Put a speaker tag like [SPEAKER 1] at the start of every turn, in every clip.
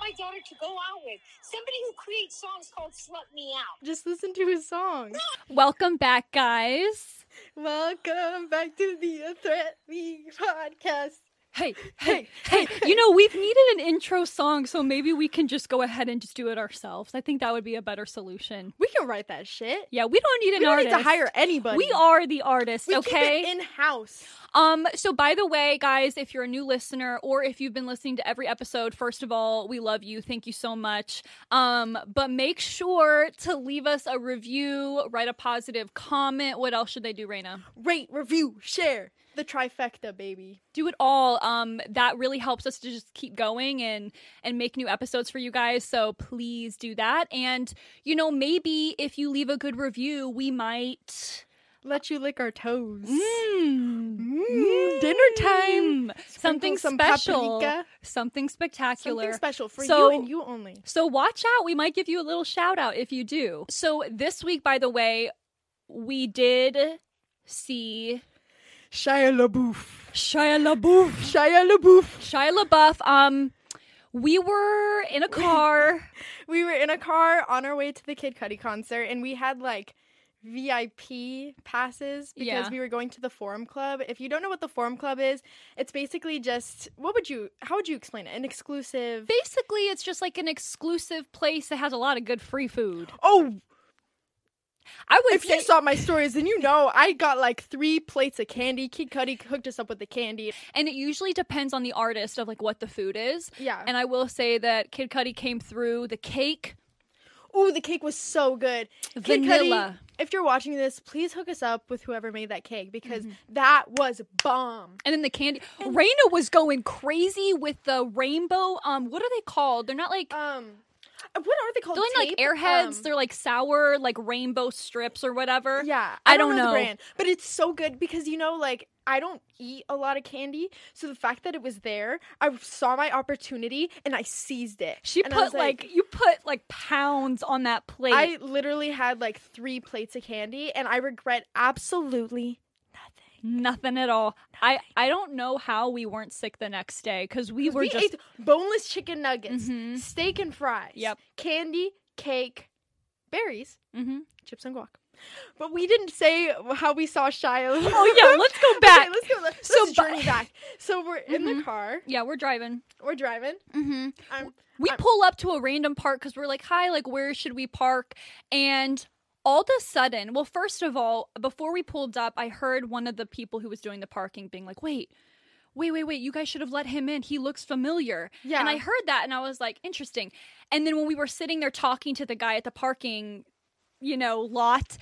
[SPEAKER 1] my daughter to go out with. Somebody who creates songs called Slut Me Out.
[SPEAKER 2] Just listen to his song.
[SPEAKER 3] Welcome back, guys.
[SPEAKER 2] Welcome back to the Threat League podcast.
[SPEAKER 3] Hey, hey, hey. You know, we've needed an intro song, so maybe we can just go ahead and just do it ourselves. I think that would be a better solution.
[SPEAKER 2] We can write that shit.
[SPEAKER 3] Yeah, we don't need an
[SPEAKER 2] we don't
[SPEAKER 3] artist.
[SPEAKER 2] need to hire anybody.
[SPEAKER 3] We are the artist,
[SPEAKER 2] We keep
[SPEAKER 3] okay?
[SPEAKER 2] it in house.
[SPEAKER 3] Um, so by the way, guys, if you're a new listener or if you've been listening to every episode, first of all, we love you. Thank you so much. Um, but make sure to leave us a review, write a positive comment. What else should they do, Raina?
[SPEAKER 2] Rate, review, share. The trifecta, baby.
[SPEAKER 3] Do it all. Um, that really helps us to just keep going and and make new episodes for you guys. So please do that. And you know, maybe if you leave a good review, we might
[SPEAKER 2] Let you lick our toes.
[SPEAKER 3] Mm.
[SPEAKER 2] Mm, dinner time. Sprinkle
[SPEAKER 3] Something
[SPEAKER 2] some
[SPEAKER 3] special.
[SPEAKER 2] paprika.
[SPEAKER 3] Something spectacular.
[SPEAKER 2] Something special for
[SPEAKER 3] So-
[SPEAKER 2] you and you only.
[SPEAKER 3] So watch out. We might give you a little shout out if you do. So this week, by the way, we did see
[SPEAKER 2] Shia LaBeouf.
[SPEAKER 3] Shia LaBeouf.
[SPEAKER 2] Shia LaBeouf.
[SPEAKER 3] Shia LaBeouf. Um, we were in a car.
[SPEAKER 2] we were in a car on our way to the Kid Cudi concert, and we had like VIP passes because
[SPEAKER 3] Yeah.
[SPEAKER 2] we were going to the Forum Club. If you don't know what the Forum Club is, it's basically just what would you how would you explain it? An exclusive.
[SPEAKER 3] Basically, it's just like an exclusive place that has a lot of good free food.
[SPEAKER 2] Oh,
[SPEAKER 3] I would
[SPEAKER 2] if
[SPEAKER 3] say
[SPEAKER 2] you saw my stories, then you know I got like three plates of candy. Kid Cudi hooked us up with the candy.
[SPEAKER 3] and it usually depends on the artist of like what the food is.
[SPEAKER 2] Yeah.
[SPEAKER 3] And I will say that Kid Cudi came through the cake.
[SPEAKER 2] Ooh, the cake was so good. Kid Cudi,
[SPEAKER 3] Vanilla.
[SPEAKER 2] if you're watching this, please hook us up with whoever made that cake because
[SPEAKER 3] Mm-hmm.
[SPEAKER 2] that was bomb.
[SPEAKER 3] And then the candy. Raina was going crazy with the rainbow. Um, what are they called? They're not like
[SPEAKER 2] Um, what are they called?
[SPEAKER 3] they're like,
[SPEAKER 2] Tape?
[SPEAKER 3] airheads.
[SPEAKER 2] Um,
[SPEAKER 3] they're like sour, like rainbow strips or whatever.
[SPEAKER 2] Yeah,
[SPEAKER 3] I don't know.
[SPEAKER 2] the brand, but it's so good because you know, like I don't eat a lot of candy, so the fact that it was there, I saw my opportunity and I seized it.
[SPEAKER 3] She
[SPEAKER 2] And I was
[SPEAKER 3] put like, you put like pounds on that plate.
[SPEAKER 2] I literally had like three plates of candy, and I regret absolutely nothing.
[SPEAKER 3] Nothing at all. I I don't know how we weren't sick the next day because we were
[SPEAKER 2] we
[SPEAKER 3] just
[SPEAKER 2] ate boneless chicken nuggets,
[SPEAKER 3] Mhm.
[SPEAKER 2] steak and fries,
[SPEAKER 3] Yep.
[SPEAKER 2] candy, cake, berries,
[SPEAKER 3] Mhm.
[SPEAKER 2] chips and guac. But we didn't say how we saw Shia.
[SPEAKER 3] Oh yeah, let's go back.
[SPEAKER 2] Okay, let's go. Let's,
[SPEAKER 3] So Mm-hmm.
[SPEAKER 2] let's
[SPEAKER 3] bu-
[SPEAKER 2] journey back. So we're in the car.
[SPEAKER 3] yeah, we're driving.
[SPEAKER 2] We're driving.
[SPEAKER 3] Mm-hmm.
[SPEAKER 2] I'm,
[SPEAKER 3] We
[SPEAKER 2] I'm-
[SPEAKER 3] pull up to a random park because we're like, hi, like where should we park? And all of a sudden, well, first of all, before we pulled up, I heard one of the people who was doing the parking being like, wait. Wait, wait, wait, you guys should have let him in. He looks familiar.
[SPEAKER 2] Yeah.
[SPEAKER 3] And I heard that and I was like, interesting. And then when we were sitting there talking to the guy at the parking you know, lot,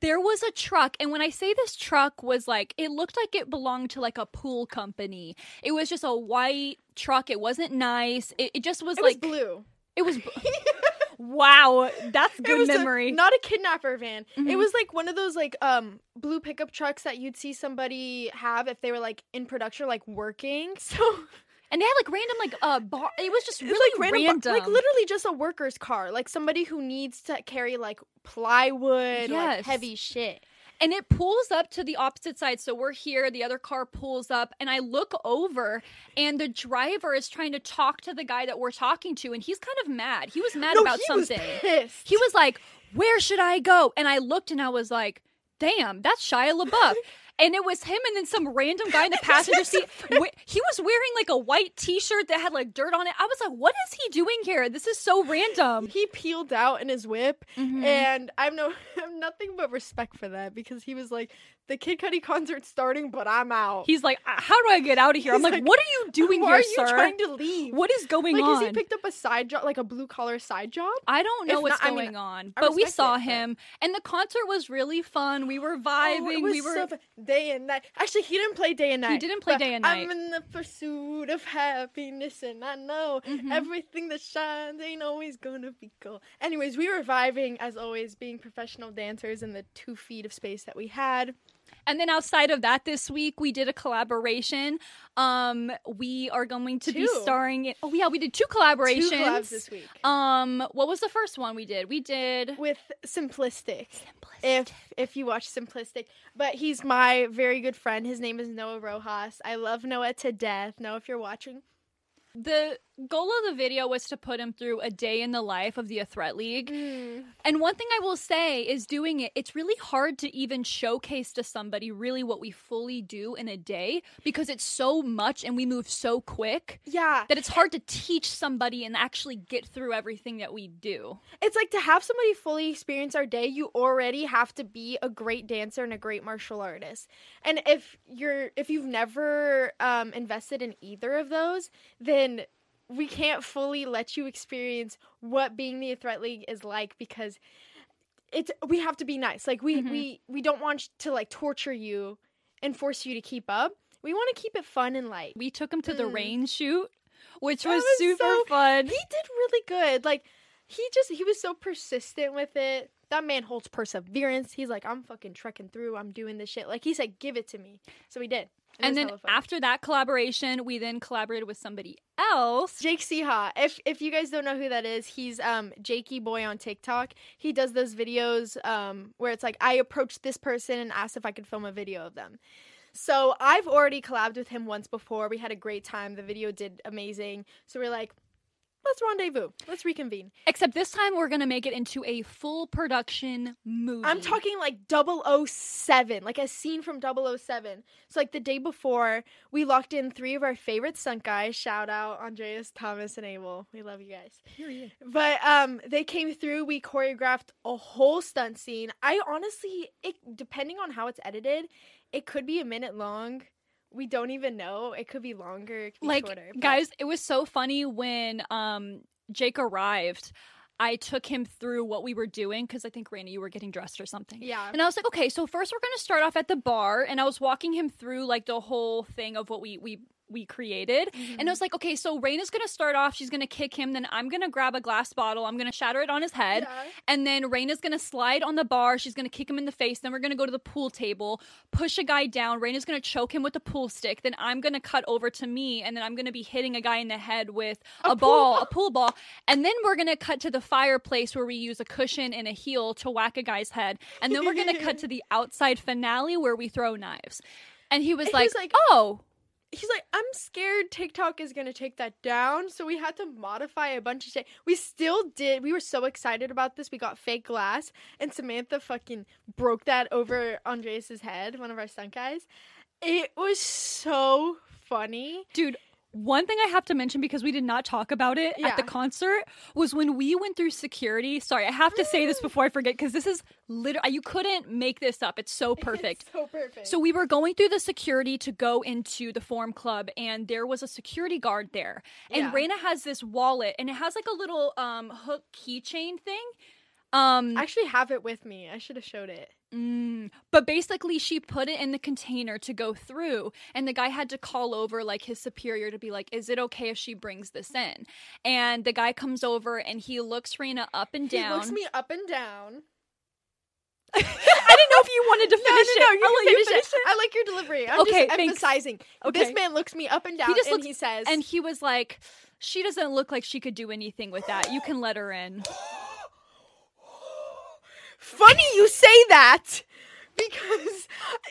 [SPEAKER 3] there was a truck. And when I say this truck was like, it looked like it belonged to like a pool company. It was just a white truck. It wasn't nice. It, it just was
[SPEAKER 2] it was
[SPEAKER 3] like,
[SPEAKER 2] blue.
[SPEAKER 3] it was, bl- wow, that's
[SPEAKER 2] it
[SPEAKER 3] good
[SPEAKER 2] was a-
[SPEAKER 3] memory.
[SPEAKER 2] not a kidnapper van. It
[SPEAKER 3] Mhm.
[SPEAKER 2] was like one of those like um blue pickup trucks that you'd see somebody have if they were like in production, like working. So
[SPEAKER 3] and they had like random, like, uh, bar. It was just
[SPEAKER 2] it's,
[SPEAKER 3] really
[SPEAKER 2] like
[SPEAKER 3] random.
[SPEAKER 2] like literally just a worker's car, like somebody who needs to carry like plywood, like
[SPEAKER 3] Yes.
[SPEAKER 2] heavy shit.
[SPEAKER 3] and it pulls up to the opposite side. So we're here, the other car pulls up, and I look over, and the driver is trying to talk to the guy that we're talking to. And he's kind of mad. He was mad
[SPEAKER 2] no,
[SPEAKER 3] about
[SPEAKER 2] he
[SPEAKER 3] something.
[SPEAKER 2] was pissed.
[SPEAKER 3] he was like, "Where should I go?" And I looked and I was like, "Damn, that's Shia LaBeouf." and it was him and then some random guy in the passenger seat. Wh- He was wearing like a white T-shirt that had like dirt on it. I was like, "What is he doing here? This is so random."
[SPEAKER 2] he peeled out in his whip
[SPEAKER 3] Mhm.
[SPEAKER 2] and I have no I have nothing but respect for that because he was like the Kid Cudi concert's starting but I'm out.
[SPEAKER 3] He's like, "Uh, "How do I get out of here?" I'm
[SPEAKER 2] He's
[SPEAKER 3] like,
[SPEAKER 2] like,
[SPEAKER 3] "What are you doing
[SPEAKER 2] Why
[SPEAKER 3] here,
[SPEAKER 2] are you
[SPEAKER 3] sir?
[SPEAKER 2] trying to leave?
[SPEAKER 3] what is going
[SPEAKER 2] like
[SPEAKER 3] on?"
[SPEAKER 2] has he picked up a side job like a blue collar side job
[SPEAKER 3] I don't
[SPEAKER 2] If
[SPEAKER 3] know what's
[SPEAKER 2] not- I mean,
[SPEAKER 3] going on,
[SPEAKER 2] I
[SPEAKER 3] but we
[SPEAKER 2] respect
[SPEAKER 3] saw
[SPEAKER 2] it, but-
[SPEAKER 3] him, and the concert was really fun. We were
[SPEAKER 2] Oh,
[SPEAKER 3] vibing.
[SPEAKER 2] it was
[SPEAKER 3] we were
[SPEAKER 2] so fun. day and night actually he didn't play day and night
[SPEAKER 3] didn't play
[SPEAKER 2] but
[SPEAKER 3] Day and
[SPEAKER 2] i'm
[SPEAKER 3] Night.
[SPEAKER 2] in the pursuit of happiness and i know
[SPEAKER 3] Mm-hmm.
[SPEAKER 2] everything that shines ain't always gonna be gold anyways we were vibing as always being professional dancers in the two feet of space that we had
[SPEAKER 3] And then outside of that, this week we did a collaboration. Um, we are going to be
[SPEAKER 2] Two.
[SPEAKER 3] starring. In, oh yeah, we did two
[SPEAKER 2] two
[SPEAKER 3] collaborations.
[SPEAKER 2] collabs this week
[SPEAKER 3] Um, what was the first one we did? We did.
[SPEAKER 2] with simplistic if if you watch simplistic but he's my very good friend his name is noah rojas i love noah to death noah if you're watching
[SPEAKER 3] The goal of the video was to put him through a day in the life of the A Threat League.
[SPEAKER 2] Mm.
[SPEAKER 3] And one thing I will say is doing it, it's really hard to even showcase to somebody really what we fully do in a day because it's so much and we move so quick
[SPEAKER 2] Yeah.
[SPEAKER 3] that it's hard to teach somebody and actually get through everything that we do.
[SPEAKER 2] It's like to have somebody fully experience our day, you already have to be a great dancer and a great martial artist. And if you're if you've never um, invested in either of those, then we can't fully let you experience what being the threat league is like because it's we have to be nice. Like we
[SPEAKER 3] Mhm.
[SPEAKER 2] we we don't want to like torture you and force you to keep up. We want to keep it fun and light.
[SPEAKER 3] We took him to the
[SPEAKER 2] Mm.
[SPEAKER 3] rain shoot, which
[SPEAKER 2] That
[SPEAKER 3] was,
[SPEAKER 2] was
[SPEAKER 3] super
[SPEAKER 2] so-
[SPEAKER 3] fun.
[SPEAKER 2] he did really good. Like he just he was so persistent with it. That man holds perseverance. He's like, I'm fucking trekking through. I'm doing this shit. Like he said, give it to me. So he did. It was
[SPEAKER 3] and then
[SPEAKER 2] hella fun.
[SPEAKER 3] after that collaboration, we then collaborated with somebody else.
[SPEAKER 2] Jake Seha. If if you guys don't know who that is, he's um Jakey Boy on TikTok. He does those videos um where it's like I approached this person and asked if I could film a video of them. So I've already collabed with him once before. We had a great time. The video did amazing. So we're like, let's rendezvous. Let's reconvene.
[SPEAKER 3] Except this time, we're gonna make it into a full production movie.
[SPEAKER 2] I'm talking like 007, like a scene from 007. So like the day before, we locked in three of our favorite stunt guys. Shout out Andreas, Thomas, and Abel. We love you guys. But um, they came through. We choreographed a whole stunt scene. I honestly, it depending on how it's edited, it could be a minute long. We don't even know. It could be longer. It could be
[SPEAKER 3] like
[SPEAKER 2] shorter, but-
[SPEAKER 3] guys it was so funny when um jake arrived i took him through what we were doing because i think randy you were getting dressed or something
[SPEAKER 2] Yeah.
[SPEAKER 3] and i was like okay so first we're gonna start off at the bar and i was walking him through like the whole thing of what we we we created and
[SPEAKER 2] Mm-hmm.
[SPEAKER 3] I was like okay so rain is gonna start off she's gonna kick him then i'm gonna grab a glass bottle i'm gonna shatter it on his head
[SPEAKER 2] Yeah.
[SPEAKER 3] and then Raina's gonna slide on the bar. She's gonna kick him in the face. Then we're gonna go to the pool table, push a guy down. Raina's gonna choke him with a pool stick. Then I'm gonna cut over to me, and then I'm gonna be hitting a guy in the head with
[SPEAKER 2] A
[SPEAKER 3] a,
[SPEAKER 2] pool
[SPEAKER 3] ball,
[SPEAKER 2] ball.
[SPEAKER 3] a pool ball. And then we're gonna cut to the fireplace where we use a cushion and a heel to whack a guy's head. And then we're gonna cut to the outside finale where we throw knives. And he was,
[SPEAKER 2] And he
[SPEAKER 3] like,
[SPEAKER 2] was like-
[SPEAKER 3] "Oh,
[SPEAKER 2] he's like, I'm scared TikTok is gonna take that down. So we had to modify a bunch of shit. We still did. We were so excited about this. We got fake glass, and Samantha fucking broke that over Andreas's head, one of our stunt guys. It was so funny.
[SPEAKER 3] Dude, one thing I have to mention because we did not talk about it at
[SPEAKER 2] Yeah.
[SPEAKER 3] the concert was when we went through security. Sorry, I have to say
[SPEAKER 2] Mm.
[SPEAKER 3] this before I forget because this is literally, you couldn't make this up. It's so perfect.
[SPEAKER 2] so perfect.
[SPEAKER 3] So we were going through the security to go into the Forum Club, and there was a security guard there. And
[SPEAKER 2] Yeah.
[SPEAKER 3] Raina has this wallet, and it has like a little um, hook keychain thing. Um,
[SPEAKER 2] I actually have it with me. I should have showed it.
[SPEAKER 3] Mm. But basically, she put it in the container to go through, and the guy had to call over like his superior to be like, "Is it okay if she brings this in?" And the guy comes over and he looks Rena up and down.
[SPEAKER 2] He looks me up and down.
[SPEAKER 3] I didn't know if you wanted to
[SPEAKER 2] No, no,
[SPEAKER 3] finish
[SPEAKER 2] no.
[SPEAKER 3] it.
[SPEAKER 2] You,
[SPEAKER 3] I'll
[SPEAKER 2] can
[SPEAKER 3] let
[SPEAKER 2] finish it. I like your delivery. I'm
[SPEAKER 3] Okay,
[SPEAKER 2] just
[SPEAKER 3] thanks.
[SPEAKER 2] emphasizing.
[SPEAKER 3] Okay.
[SPEAKER 2] This man looks me up and down,
[SPEAKER 3] just
[SPEAKER 2] and
[SPEAKER 3] looks-
[SPEAKER 2] he says,
[SPEAKER 3] And he was like, "She doesn't look like she could do anything with that. You can let her in."
[SPEAKER 2] Funny you say that because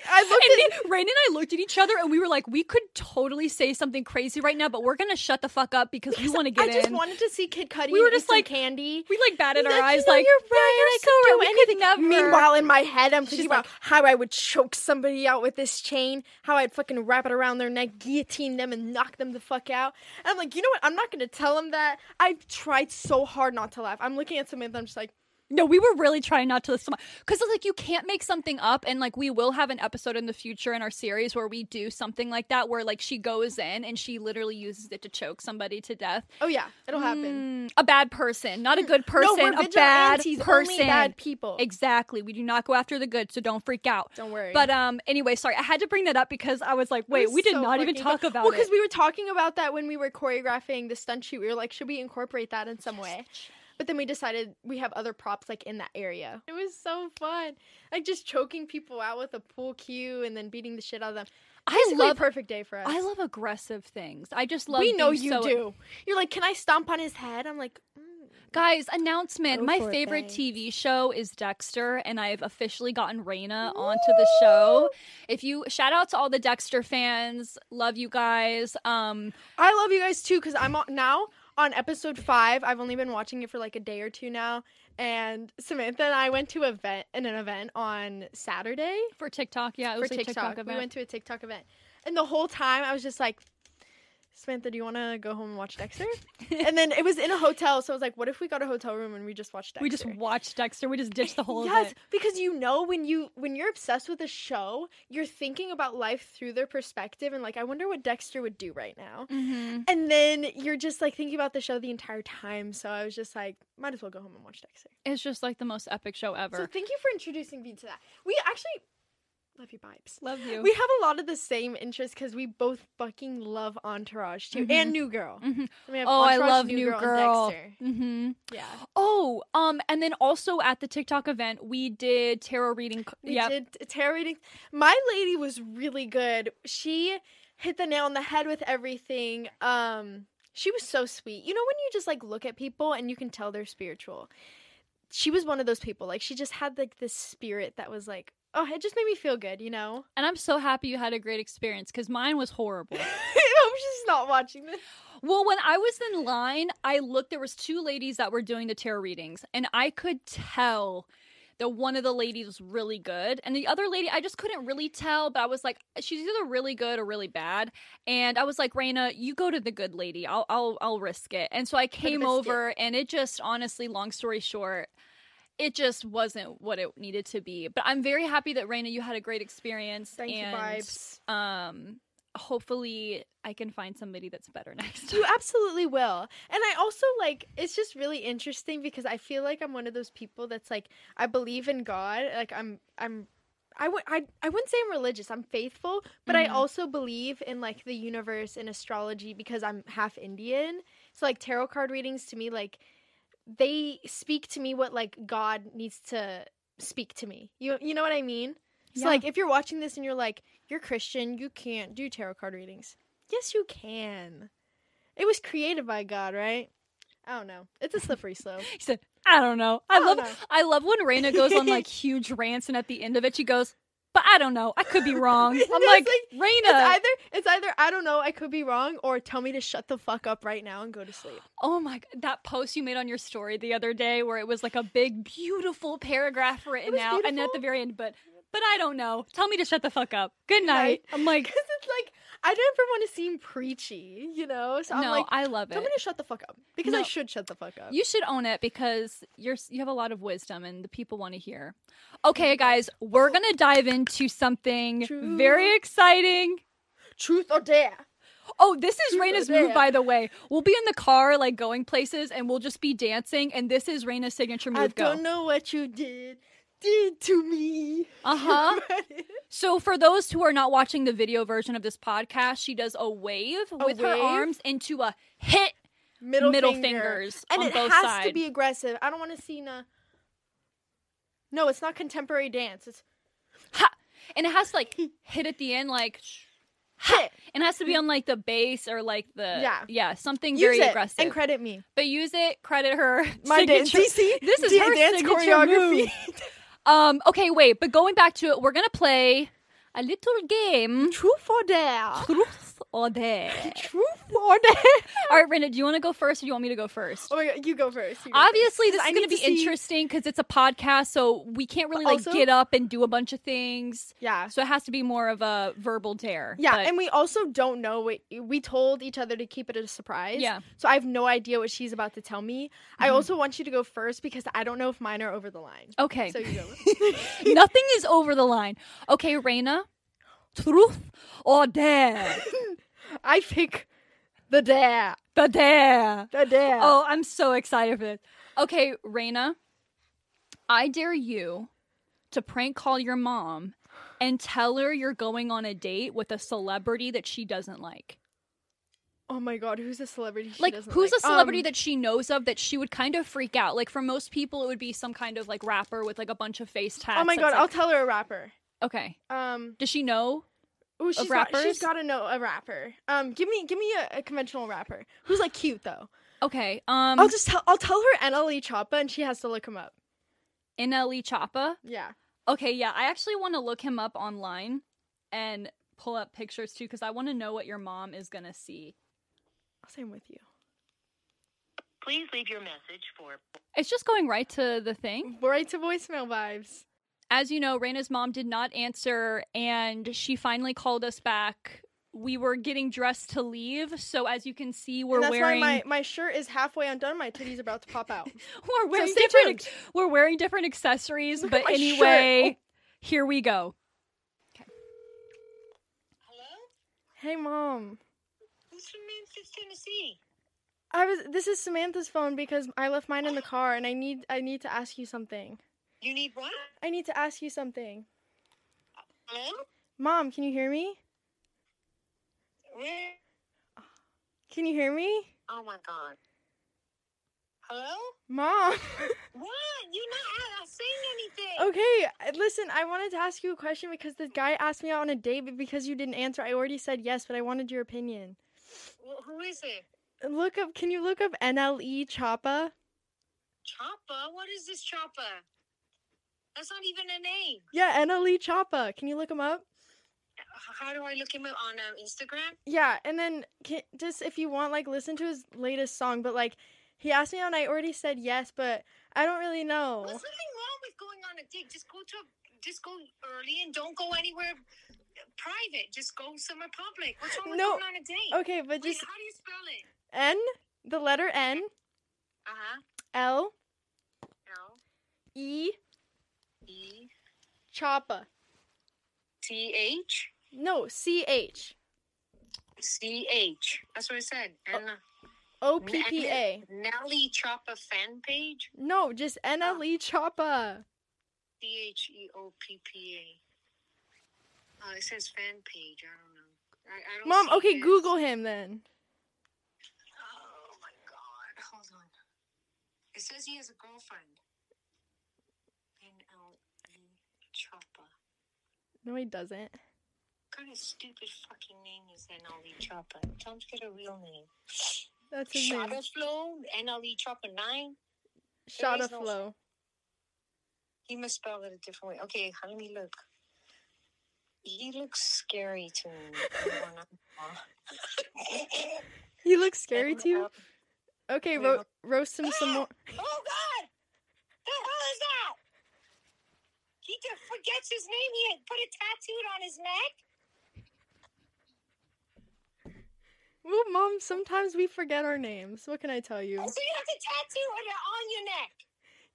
[SPEAKER 2] I looked at
[SPEAKER 3] And then Rain and I looked at each other and we were like, "We could totally say something crazy right now, but we're gonna shut the fuck up because we want to get
[SPEAKER 2] I
[SPEAKER 3] in."
[SPEAKER 2] just wanted to see Kid Cudi.
[SPEAKER 3] We were
[SPEAKER 2] and eat
[SPEAKER 3] just
[SPEAKER 2] some
[SPEAKER 3] like-
[SPEAKER 2] candy.
[SPEAKER 3] we like batted
[SPEAKER 2] Like,
[SPEAKER 3] our
[SPEAKER 2] you
[SPEAKER 3] eyes,
[SPEAKER 2] know,
[SPEAKER 3] like
[SPEAKER 2] you're right.
[SPEAKER 3] "Yeah, I
[SPEAKER 2] I
[SPEAKER 3] could
[SPEAKER 2] could do
[SPEAKER 3] do anything.
[SPEAKER 2] anything.
[SPEAKER 3] Never."
[SPEAKER 2] Meanwhile, in my head, I'm
[SPEAKER 3] She's
[SPEAKER 2] thinking about
[SPEAKER 3] like-
[SPEAKER 2] how I would choke somebody out with this chain, how I'd fucking wrap it around their neck, guillotine them, and knock them the fuck out. And I'm like, you know what? I'm not gonna tell them that. I've tried so hard not to laugh. I'm looking at Samantha. I'm just like,
[SPEAKER 3] No, we were really trying not to listen because like you can't make something up, and like we will have an episode in the future in our series where we do something like that, where like she goes in and she literally uses it to choke somebody to death.
[SPEAKER 2] oh yeah, it'll happen.
[SPEAKER 3] Mm, a bad person, not a good Hmm, person,
[SPEAKER 2] no, we're
[SPEAKER 3] a bad
[SPEAKER 2] vigilantes,
[SPEAKER 3] person.
[SPEAKER 2] Only bad people.
[SPEAKER 3] Exactly. We do not go after the good, so don't freak out.
[SPEAKER 2] Don't worry.
[SPEAKER 3] But um, anyway, sorry, I had to bring that up because I was like,
[SPEAKER 2] It
[SPEAKER 3] wait,
[SPEAKER 2] was
[SPEAKER 3] we did
[SPEAKER 2] so
[SPEAKER 3] not even
[SPEAKER 2] fucking
[SPEAKER 3] talk
[SPEAKER 2] fun.
[SPEAKER 3] about
[SPEAKER 2] Well,
[SPEAKER 3] it.
[SPEAKER 2] because we were talking about that when we were choreographing the stunt shoot. We were like, should we incorporate that in some way? But then we decided we have other props like in that area. It was so fun, like just choking people out with a pool cue and then beating the shit out of them.
[SPEAKER 3] I
[SPEAKER 2] Basically, a
[SPEAKER 3] love,
[SPEAKER 2] perfect day for us.
[SPEAKER 3] I love aggressive things. I just love.
[SPEAKER 2] we know
[SPEAKER 3] being
[SPEAKER 2] you
[SPEAKER 3] so-
[SPEAKER 2] do. You're like, can I stomp on his head? I'm like, mm.
[SPEAKER 3] Guys, announcement.
[SPEAKER 4] Go
[SPEAKER 3] My
[SPEAKER 4] for it,
[SPEAKER 3] favorite
[SPEAKER 4] babes.
[SPEAKER 3] TV show is Dexter, and I've officially gotten Raina onto the show. If you shout out to all the Dexter fans, love you guys. Um,
[SPEAKER 2] I love you guys too because I'm on, now on episode five. I've only been watching it for like a day or two now. And Samantha and I went to an event in an event on Saturday
[SPEAKER 3] for TikTok, yeah, it
[SPEAKER 2] for
[SPEAKER 3] was a
[SPEAKER 2] Oh, TikTok.
[SPEAKER 3] TikTok
[SPEAKER 2] we
[SPEAKER 3] event.
[SPEAKER 2] went to a TikTok event, and the whole time I was just like, Samantha, do you want to go home and watch Dexter? and then it was in a hotel, so I was like, what if we got a hotel room and we just watched Dexter?
[SPEAKER 3] we just watched Dexter. We just ditched the whole
[SPEAKER 2] yes,
[SPEAKER 3] of it.
[SPEAKER 2] because you know when you when you're obsessed with a show, you're thinking about life through their perspective and like I wonder what Dexter would do right now.
[SPEAKER 3] Mhm.
[SPEAKER 2] And then you're just like thinking about the show the entire time. So I was just like, might as well go home and watch Dexter.
[SPEAKER 3] It's just like the most epic show ever.
[SPEAKER 2] So thank you for introducing me to that. We actually love you, Bibes.
[SPEAKER 3] love you.
[SPEAKER 2] We have a lot of the same interests because we both fucking love Entourage too,
[SPEAKER 3] Mhm.
[SPEAKER 2] and New Girl.
[SPEAKER 3] Mhm.
[SPEAKER 2] And we have
[SPEAKER 3] oh, I
[SPEAKER 2] Entourage,
[SPEAKER 3] love New
[SPEAKER 2] and
[SPEAKER 3] Girl.
[SPEAKER 2] Dexter.
[SPEAKER 3] hmm
[SPEAKER 2] Yeah,
[SPEAKER 3] Oh, um, and then also at the TikTok event, we did tarot reading.
[SPEAKER 2] we
[SPEAKER 3] yeah,
[SPEAKER 2] did a tarot reading. My lady was really good. She hit the nail on the head with everything. Um, she was so sweet. You know when you just like look at people and you can tell they're spiritual. She was one of those people. Like she just had like this spirit that was like, oh, it just made me feel good. You know.
[SPEAKER 3] and I'm so happy you had a great experience because mine was horrible.
[SPEAKER 2] I hope she's not watching this.
[SPEAKER 3] well, when I was in line, I looked. There was two ladies that were doing the tarot readings, and I could tell that one of the ladies was really good, and the other lady I just couldn't really tell. But I was like, she's either really good or really bad. And I was like, Raina, you go to the good lady. I'll I'll I'll risk it. And so I came
[SPEAKER 2] biscuit.
[SPEAKER 3] over, and it just honestly, long story short. It just wasn't what it needed to be, but I'm very happy that Raina, you had a great experience.
[SPEAKER 2] Thank you,
[SPEAKER 3] and,
[SPEAKER 2] vibes.
[SPEAKER 3] Um, hopefully, I can find somebody that's better next. time.
[SPEAKER 2] You absolutely will. And I also like it's just really interesting because I feel like I'm one of those people that's like I believe in God. Like I'm I'm I would I I wouldn't say I'm religious. I'm faithful, but I
[SPEAKER 3] Mhm.
[SPEAKER 2] also believe in like the universe and astrology because I'm half Indian. So like tarot card readings to me like they speak to me what like God needs to speak to me. You you know what I mean? So
[SPEAKER 3] Yeah.
[SPEAKER 2] like if you're watching this and you're like you're Christian, you can't do tarot card readings. Yes, you can. It was created by God, right? I don't know. It's a slippery slope.
[SPEAKER 3] He said, "I don't know. I,
[SPEAKER 2] don't
[SPEAKER 3] love.
[SPEAKER 2] know."
[SPEAKER 3] I love when Raina goes on like huge rants, and at the end of it, she goes, "But I don't know. I could be wrong."
[SPEAKER 2] It's
[SPEAKER 3] I'm
[SPEAKER 2] like-
[SPEAKER 3] like,
[SPEAKER 2] It's
[SPEAKER 3] Raina.
[SPEAKER 2] either it's either I don't know, I could be wrong, or tell me to shut the fuck up right now and go to sleep.
[SPEAKER 3] oh my! God. That post you made on your story the other day, where it was like a big, beautiful paragraph written
[SPEAKER 2] was
[SPEAKER 3] out, and then at the
[SPEAKER 2] beautiful.
[SPEAKER 3] very end, but. But I don't know. Tell me to shut the fuck up. Good night.
[SPEAKER 2] night.
[SPEAKER 3] I'm like,
[SPEAKER 2] Because it's like I never want to seem preachy, you know. So I'm
[SPEAKER 3] no,
[SPEAKER 2] like,
[SPEAKER 3] I love
[SPEAKER 2] tell
[SPEAKER 3] it.
[SPEAKER 2] me to shut the fuck up because I
[SPEAKER 3] No.
[SPEAKER 2] should shut the fuck up.
[SPEAKER 3] You should own it because you're you have a lot of wisdom and the people want to hear. Okay, guys, we're gonna dive into something
[SPEAKER 2] True.
[SPEAKER 3] very exciting.
[SPEAKER 2] Truth or dare?
[SPEAKER 3] Oh, this is
[SPEAKER 2] Truth
[SPEAKER 3] Raina's
[SPEAKER 2] or
[SPEAKER 3] move,
[SPEAKER 2] dare?
[SPEAKER 3] by the way. We'll be in the car, like going places, and we'll just be dancing. And this is Raina's signature move.
[SPEAKER 2] I
[SPEAKER 3] go.
[SPEAKER 2] don't know what you did did to me.
[SPEAKER 3] Uh huh. so, for those who are not watching the video version of this podcast, she does a wave with her
[SPEAKER 2] wave?
[SPEAKER 3] arms into a hit.
[SPEAKER 2] middle,
[SPEAKER 3] middle
[SPEAKER 2] finger.
[SPEAKER 3] fingers
[SPEAKER 2] and
[SPEAKER 3] on
[SPEAKER 2] it
[SPEAKER 3] both
[SPEAKER 2] has
[SPEAKER 3] sides.
[SPEAKER 2] to be aggressive. I don't want to see na. No, it's not contemporary dance. It's
[SPEAKER 3] Ha! And it has to like hit at the end, like,
[SPEAKER 2] hit.
[SPEAKER 3] and it has to be on like the bass or like the
[SPEAKER 2] Yeah.
[SPEAKER 3] yeah something
[SPEAKER 2] Use
[SPEAKER 3] very
[SPEAKER 2] it
[SPEAKER 3] aggressive.
[SPEAKER 2] and credit me.
[SPEAKER 3] but use it, credit her.
[SPEAKER 2] My dance.
[SPEAKER 3] signature-
[SPEAKER 2] You see,
[SPEAKER 3] This is
[SPEAKER 2] Da-
[SPEAKER 3] her
[SPEAKER 2] dance
[SPEAKER 3] signature
[SPEAKER 2] choreography.
[SPEAKER 3] move. Um. Okay, wait. But going back to it, we're gonna play a little game.
[SPEAKER 2] Truth or dare?
[SPEAKER 3] Truth or dare.
[SPEAKER 2] Truth or dare?
[SPEAKER 3] All right, Brenda, do you want to go first or do you want me to go first?
[SPEAKER 2] Oh my god, you go first. you go
[SPEAKER 3] Obviously,
[SPEAKER 2] first.
[SPEAKER 3] this
[SPEAKER 2] I
[SPEAKER 3] is going
[SPEAKER 2] need
[SPEAKER 3] to be
[SPEAKER 2] see-
[SPEAKER 3] interesting because it's a podcast, so we can't really like
[SPEAKER 2] also-
[SPEAKER 3] get up and do a bunch of things.
[SPEAKER 2] Yeah.
[SPEAKER 3] So it has to be more of a verbal dare.
[SPEAKER 2] Yeah,
[SPEAKER 3] but-
[SPEAKER 2] and we also don't know what we told each other to keep it a surprise.
[SPEAKER 3] Yeah. Mm-hmm.
[SPEAKER 2] So I have no idea what she's about to tell me. I also want you to go first because I don't know if mine are over the line.
[SPEAKER 3] okay.
[SPEAKER 2] So you go.
[SPEAKER 3] Nothing is over the line. Okay, Raina, truth or dare?
[SPEAKER 2] I pick the dare.
[SPEAKER 3] the dare.
[SPEAKER 2] The dare.
[SPEAKER 3] Oh, I'm so excited for this. Okay, Raina, I dare you to prank call your mom and tell her you're going on a date with a celebrity that she doesn't like.
[SPEAKER 2] Oh my god, who's a celebrity? she
[SPEAKER 3] like,
[SPEAKER 2] doesn't
[SPEAKER 3] who's a
[SPEAKER 2] like?
[SPEAKER 3] celebrity
[SPEAKER 2] Um,
[SPEAKER 3] that she knows of that she would kind of freak out? Like, for most people, it would be some kind of like rapper with like a bunch of face tags.
[SPEAKER 2] Oh my
[SPEAKER 3] that's
[SPEAKER 2] god, I'll
[SPEAKER 3] like-
[SPEAKER 2] tell her a rapper.
[SPEAKER 3] okay.
[SPEAKER 2] Um,
[SPEAKER 3] Does she know?
[SPEAKER 2] Ooh, she's Got,
[SPEAKER 3] rappers?
[SPEAKER 2] she's got to know a rapper. Um, give me give me a, a conventional rapper who's like cute though.
[SPEAKER 3] Okay. Um,
[SPEAKER 2] I'll just tell I'll tell her NLE Choppa and she has to look him up.
[SPEAKER 3] NLE E Choppa.
[SPEAKER 2] Yeah.
[SPEAKER 3] Okay, yeah, I actually want to look him up online and pull up pictures too because I want to know what your mom is gonna see.
[SPEAKER 2] Same with you.
[SPEAKER 1] Please leave your message for
[SPEAKER 3] It's just going right to the thing.
[SPEAKER 2] Right to voicemail vibes.
[SPEAKER 3] As you know, Raina's mom did not answer, and she finally called us back. We were getting dressed to leave, so as you can see, we're
[SPEAKER 2] and that's
[SPEAKER 3] wearing
[SPEAKER 2] why my, my shirt is halfway undone. My titty's about to pop out.
[SPEAKER 3] we're wearing
[SPEAKER 2] stay tuned.
[SPEAKER 3] different ex- we're wearing different accessories.
[SPEAKER 2] Look at
[SPEAKER 3] but
[SPEAKER 2] my shirt. Oh.
[SPEAKER 3] anyway, here we go.
[SPEAKER 1] Hello?
[SPEAKER 2] hey mom,
[SPEAKER 1] Who's from Memphis, Tennessee?
[SPEAKER 2] I was. This is Samantha's phone because I left mine in the car and I need I need to ask you something.
[SPEAKER 1] You need what?
[SPEAKER 2] I need to ask you something.
[SPEAKER 1] Hello?
[SPEAKER 2] Mom, can you hear me?
[SPEAKER 1] Where?
[SPEAKER 2] Can you hear me?
[SPEAKER 1] Oh my god. Hello?
[SPEAKER 2] Mom.
[SPEAKER 1] What? You not I- I saying anything.
[SPEAKER 2] okay, listen, I wanted to ask you a question because the guy asked me out on a date, but because you didn't answer, I already said yes, but I wanted your opinion.
[SPEAKER 1] Wh- who is it?
[SPEAKER 2] Look up, can you look up NLE Choppa?
[SPEAKER 1] Choppa? What is this Choppa? That's not even a name.
[SPEAKER 2] Yeah, NLE Choppa. Can you look him up?
[SPEAKER 1] H- How do I look him up on um, Instagram?
[SPEAKER 2] Yeah, and then can, just if you want, like, listen to his latest song, but like, he asked me out and I already said yes, but I don't really know.
[SPEAKER 1] There's nothing wrong with going on a date. Just go to a, just go early and don't go anywhere private. Just go somewhere public. What's wrong with
[SPEAKER 2] No.
[SPEAKER 1] going on a date?
[SPEAKER 2] Okay,
[SPEAKER 1] Wait,
[SPEAKER 2] but just
[SPEAKER 1] how do you spell it?
[SPEAKER 2] N, the letter N,
[SPEAKER 1] Uh huh.
[SPEAKER 2] L,
[SPEAKER 1] L
[SPEAKER 2] E,
[SPEAKER 1] E
[SPEAKER 2] Choppa.
[SPEAKER 1] T H
[SPEAKER 2] No, C H
[SPEAKER 1] C H. That's what I said. And uh,
[SPEAKER 2] O Oh, P P A.
[SPEAKER 1] Nelly Choppa fan page.
[SPEAKER 2] No, just NLE Choppa.
[SPEAKER 1] D H E O P P A. Oh, it says fan page. I don't know. I, I don't
[SPEAKER 2] Mom,
[SPEAKER 1] see
[SPEAKER 2] okay,
[SPEAKER 1] this.
[SPEAKER 2] Google him then.
[SPEAKER 1] Oh my god. Hold on. It says he has a girlfriend. NLE Choppa.
[SPEAKER 2] No, he doesn't.
[SPEAKER 1] What kind of stupid fucking name is NLE Choppa? Tell him to get a real name.
[SPEAKER 2] That's his name.
[SPEAKER 1] Shotta Flow, NLE E Choppa 9.
[SPEAKER 2] Shot
[SPEAKER 1] is
[SPEAKER 2] of
[SPEAKER 1] no-
[SPEAKER 2] flow.
[SPEAKER 1] He must spell it a different way. Okay, how let me look. He looks scary to me.
[SPEAKER 2] He looks scary to you. Okay,
[SPEAKER 1] Wait,
[SPEAKER 2] ro-
[SPEAKER 1] what?
[SPEAKER 2] roast him some
[SPEAKER 1] Oh
[SPEAKER 2] more.
[SPEAKER 1] God! The hell is that? He just forgets his name. He had put a tattooed on his neck.
[SPEAKER 2] Well, Mom, sometimes we forget our names. What can I tell you?
[SPEAKER 1] So you have the tattoo on your- on your neck.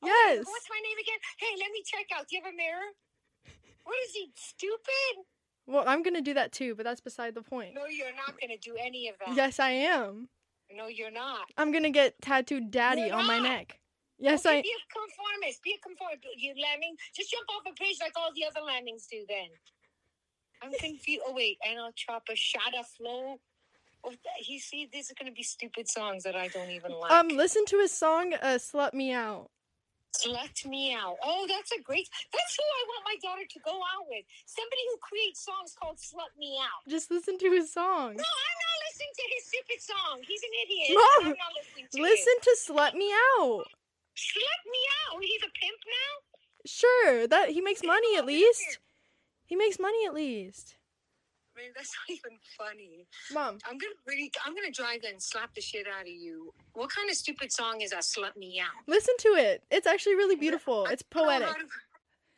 [SPEAKER 1] Oh, wait,
[SPEAKER 2] Yes.
[SPEAKER 1] What's my name again? Hey, let me check out. Do you have a mirror? What is he stupid?
[SPEAKER 2] Well, I'm gonna do that too, but that's beside the point.
[SPEAKER 1] No, you're not gonna do any of that.
[SPEAKER 2] Yes, I am.
[SPEAKER 1] No, you're not.
[SPEAKER 2] I'm gonna get tattooed daddy
[SPEAKER 1] You're
[SPEAKER 2] on my
[SPEAKER 1] not.
[SPEAKER 2] neck. Yes,
[SPEAKER 1] Okay,
[SPEAKER 2] I.
[SPEAKER 1] Be a conformist. Be a conformist. You lemming. Just jump off a bridge like all the other lemmings do. Then. I'm confused. Oh wait, and I'll chop a shot of flow. Oh, th- you see, these are gonna be stupid songs that I don't even like.
[SPEAKER 2] Um, listen to his song, uh, "Slut Me Out."
[SPEAKER 1] Select me out. Oh, that's a great. That's who I want my daughter to go out with. Somebody who creates songs called "Slut Me Out."
[SPEAKER 2] Just listen to his
[SPEAKER 1] No, I'm
[SPEAKER 2] song.
[SPEAKER 1] not listening to his stupid song. He's an idiot.
[SPEAKER 2] Mom,
[SPEAKER 1] I'm not listening to
[SPEAKER 2] Listen
[SPEAKER 1] It.
[SPEAKER 2] to "Slut Me Out."
[SPEAKER 1] Slut me out. He's a pimp now.
[SPEAKER 2] Sure, that he makes
[SPEAKER 1] Get
[SPEAKER 2] money
[SPEAKER 1] him
[SPEAKER 2] at
[SPEAKER 1] over here.
[SPEAKER 2] least. He makes money at least.
[SPEAKER 1] I mean, that's not even funny.
[SPEAKER 2] Mom,
[SPEAKER 1] I'm gonna really, I'm gonna drive and slap the shit out of you. What kind of stupid song is "I Slut Me Out"?
[SPEAKER 2] listen to it. It's actually really beautiful. Oh, It's poetic.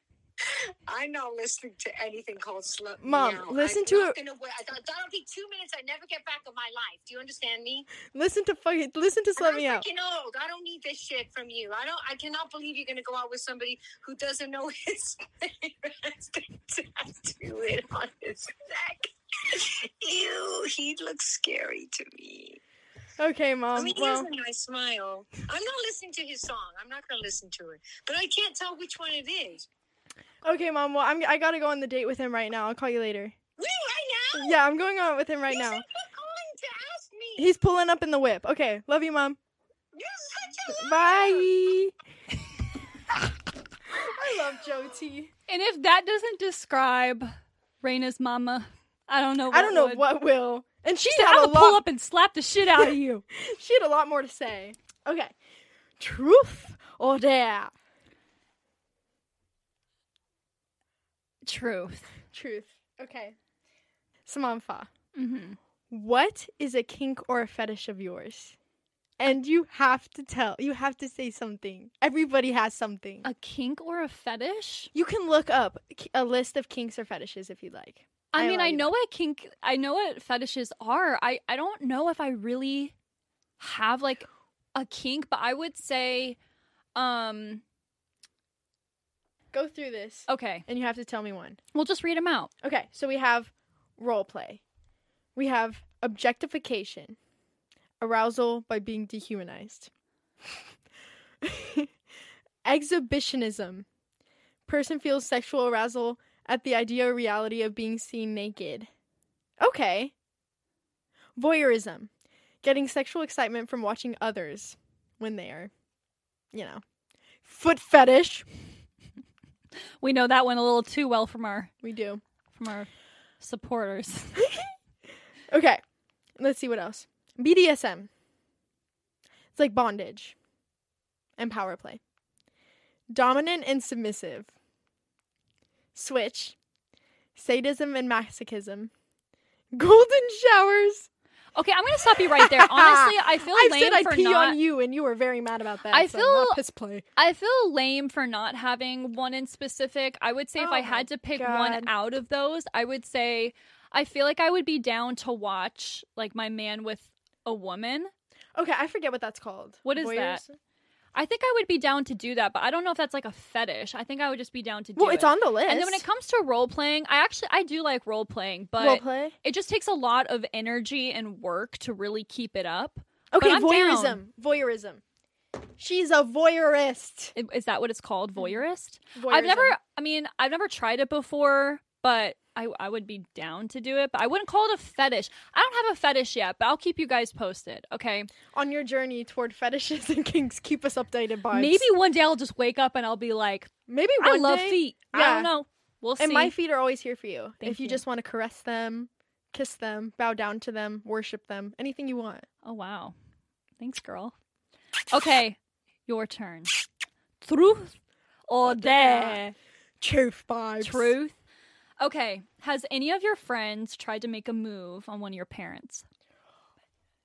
[SPEAKER 1] I'm not listening to anything called "Slut Me
[SPEAKER 2] Mom,
[SPEAKER 1] Out."
[SPEAKER 2] listen
[SPEAKER 1] I'm
[SPEAKER 2] to
[SPEAKER 1] not
[SPEAKER 2] it-
[SPEAKER 1] Gonna, wait. I thought that'll be two minutes. I never get back of my life. Do you understand me?
[SPEAKER 2] Listen to fucking. Listen to "Slut
[SPEAKER 1] I'm
[SPEAKER 2] Me Out."
[SPEAKER 1] freaking old. I don't need this shit from you. I don't. I cannot believe you're gonna go out with somebody who doesn't know his name and tattoo it on his neck. Ew, he looks scary to me.
[SPEAKER 2] Okay,
[SPEAKER 1] I
[SPEAKER 2] mom.
[SPEAKER 1] mean, he has
[SPEAKER 2] Um, well,
[SPEAKER 1] a nice smile. I'm not listening to his song. I'm not gonna listen to it. But I can't tell which one it is.
[SPEAKER 2] okay, mom. Well, I'm. I gotta go on the date with him right now. I'll call you later.
[SPEAKER 1] Me right now?
[SPEAKER 2] Yeah, I'm going on with him right now.
[SPEAKER 1] calling to ask me.
[SPEAKER 2] He's pulling up in the whip. Okay, love you, mom.
[SPEAKER 1] You're such a liar.
[SPEAKER 2] Bye. I love Joti.
[SPEAKER 3] And if that doesn't describe Raina's mama, I don't know. What
[SPEAKER 2] I don't know
[SPEAKER 3] would.
[SPEAKER 2] what will. And she
[SPEAKER 3] She said,
[SPEAKER 2] had
[SPEAKER 3] "I'm
[SPEAKER 2] a
[SPEAKER 3] gonna pull
[SPEAKER 2] lot.
[SPEAKER 3] up and slap the shit out of you."
[SPEAKER 2] She had a lot more to say. Okay, truth or dare?
[SPEAKER 3] Truth.
[SPEAKER 2] Truth. Okay. Samantha,
[SPEAKER 3] hmm
[SPEAKER 2] what is a kink or a fetish of yours? And you have to tell. You have to say something. Everybody has something.
[SPEAKER 3] A kink or a fetish?
[SPEAKER 2] You can look up k- a list of kinks or fetishes if you'd like.
[SPEAKER 3] I,
[SPEAKER 2] I
[SPEAKER 3] mean, I
[SPEAKER 2] like-
[SPEAKER 3] know what kink. I know what fetishes are. I I don't know if I really have like a kink, but I would say, um,
[SPEAKER 2] Go through this,
[SPEAKER 3] okay,
[SPEAKER 2] and you have to tell me one.
[SPEAKER 3] we'll just read them out.
[SPEAKER 2] Okay, so we have role play. We have objectification. Arousal by being dehumanized. Exhibitionism. Person feels sexual arousal at the idea or reality of being seen naked. Okay. Voyeurism. Getting sexual excitement from watching others when they are, you know. Foot fetish.
[SPEAKER 3] We know that one a little too well from our
[SPEAKER 2] We do.
[SPEAKER 3] from our supporters.
[SPEAKER 2] Okay. Let's see what else. BDSM. It's like bondage and power play. Dominant and submissive. Switch. Sadism and masochism. Golden showers.
[SPEAKER 3] Okay, I'm gonna stop you right there. Honestly, I feel
[SPEAKER 2] I
[SPEAKER 3] lame
[SPEAKER 2] said I'd
[SPEAKER 3] for
[SPEAKER 2] pee
[SPEAKER 3] not.
[SPEAKER 2] on you, and you were very mad about that.
[SPEAKER 3] I
[SPEAKER 2] so I'm not
[SPEAKER 3] feel-
[SPEAKER 2] piss play.
[SPEAKER 3] I feel lame for not having one in specific. I would say if
[SPEAKER 2] Oh
[SPEAKER 3] I
[SPEAKER 2] my
[SPEAKER 3] had to pick
[SPEAKER 2] God.
[SPEAKER 3] one out of those, I would say I feel like I would be down to watch like my man with a woman.
[SPEAKER 2] Okay, I forget what that's called.
[SPEAKER 3] What is that?
[SPEAKER 2] Voyeurs?
[SPEAKER 3] I think I would be down to do that, but I don't know if that's like a fetish. I think I would just be down to do
[SPEAKER 2] Well, it's
[SPEAKER 3] it.
[SPEAKER 2] on the list.
[SPEAKER 3] And then when it comes to role playing, I actually I do like role playing, but
[SPEAKER 2] role play.
[SPEAKER 3] it just takes a lot of energy and work to really keep it up.
[SPEAKER 2] Okay,
[SPEAKER 3] I'm
[SPEAKER 2] voyeurism.
[SPEAKER 3] down.
[SPEAKER 2] Voyeurism. She's a voyeurist.
[SPEAKER 3] I- Is that what it's called, voyeurist?
[SPEAKER 2] Mm-hmm. voyeurism.
[SPEAKER 3] I've never. I mean, I've never tried it before, but I I would be down to do it. But I wouldn't call it a fetish. I don't have a fetish yet, but I'll keep you guys posted. Okay,
[SPEAKER 2] on your journey toward fetishes and kinks. Keep us updated, by
[SPEAKER 3] maybe one day I'll just wake up and I'll be like,
[SPEAKER 2] maybe
[SPEAKER 3] I
[SPEAKER 2] one
[SPEAKER 3] love
[SPEAKER 2] day- Ah.
[SPEAKER 3] feet. I
[SPEAKER 2] Yeah.
[SPEAKER 3] don't know. We'll
[SPEAKER 2] And
[SPEAKER 3] see.
[SPEAKER 2] my feet are always here for you.
[SPEAKER 3] Thank
[SPEAKER 2] if you,
[SPEAKER 3] you.
[SPEAKER 2] just want to caress them, kiss them, bow down to them, worship them, anything you want.
[SPEAKER 3] oh wow, thanks, girl. Okay, your turn. Truth or dare?
[SPEAKER 2] Truth vibes.
[SPEAKER 3] Truth. Okay, has any of your friends tried to make a move on one of your parents?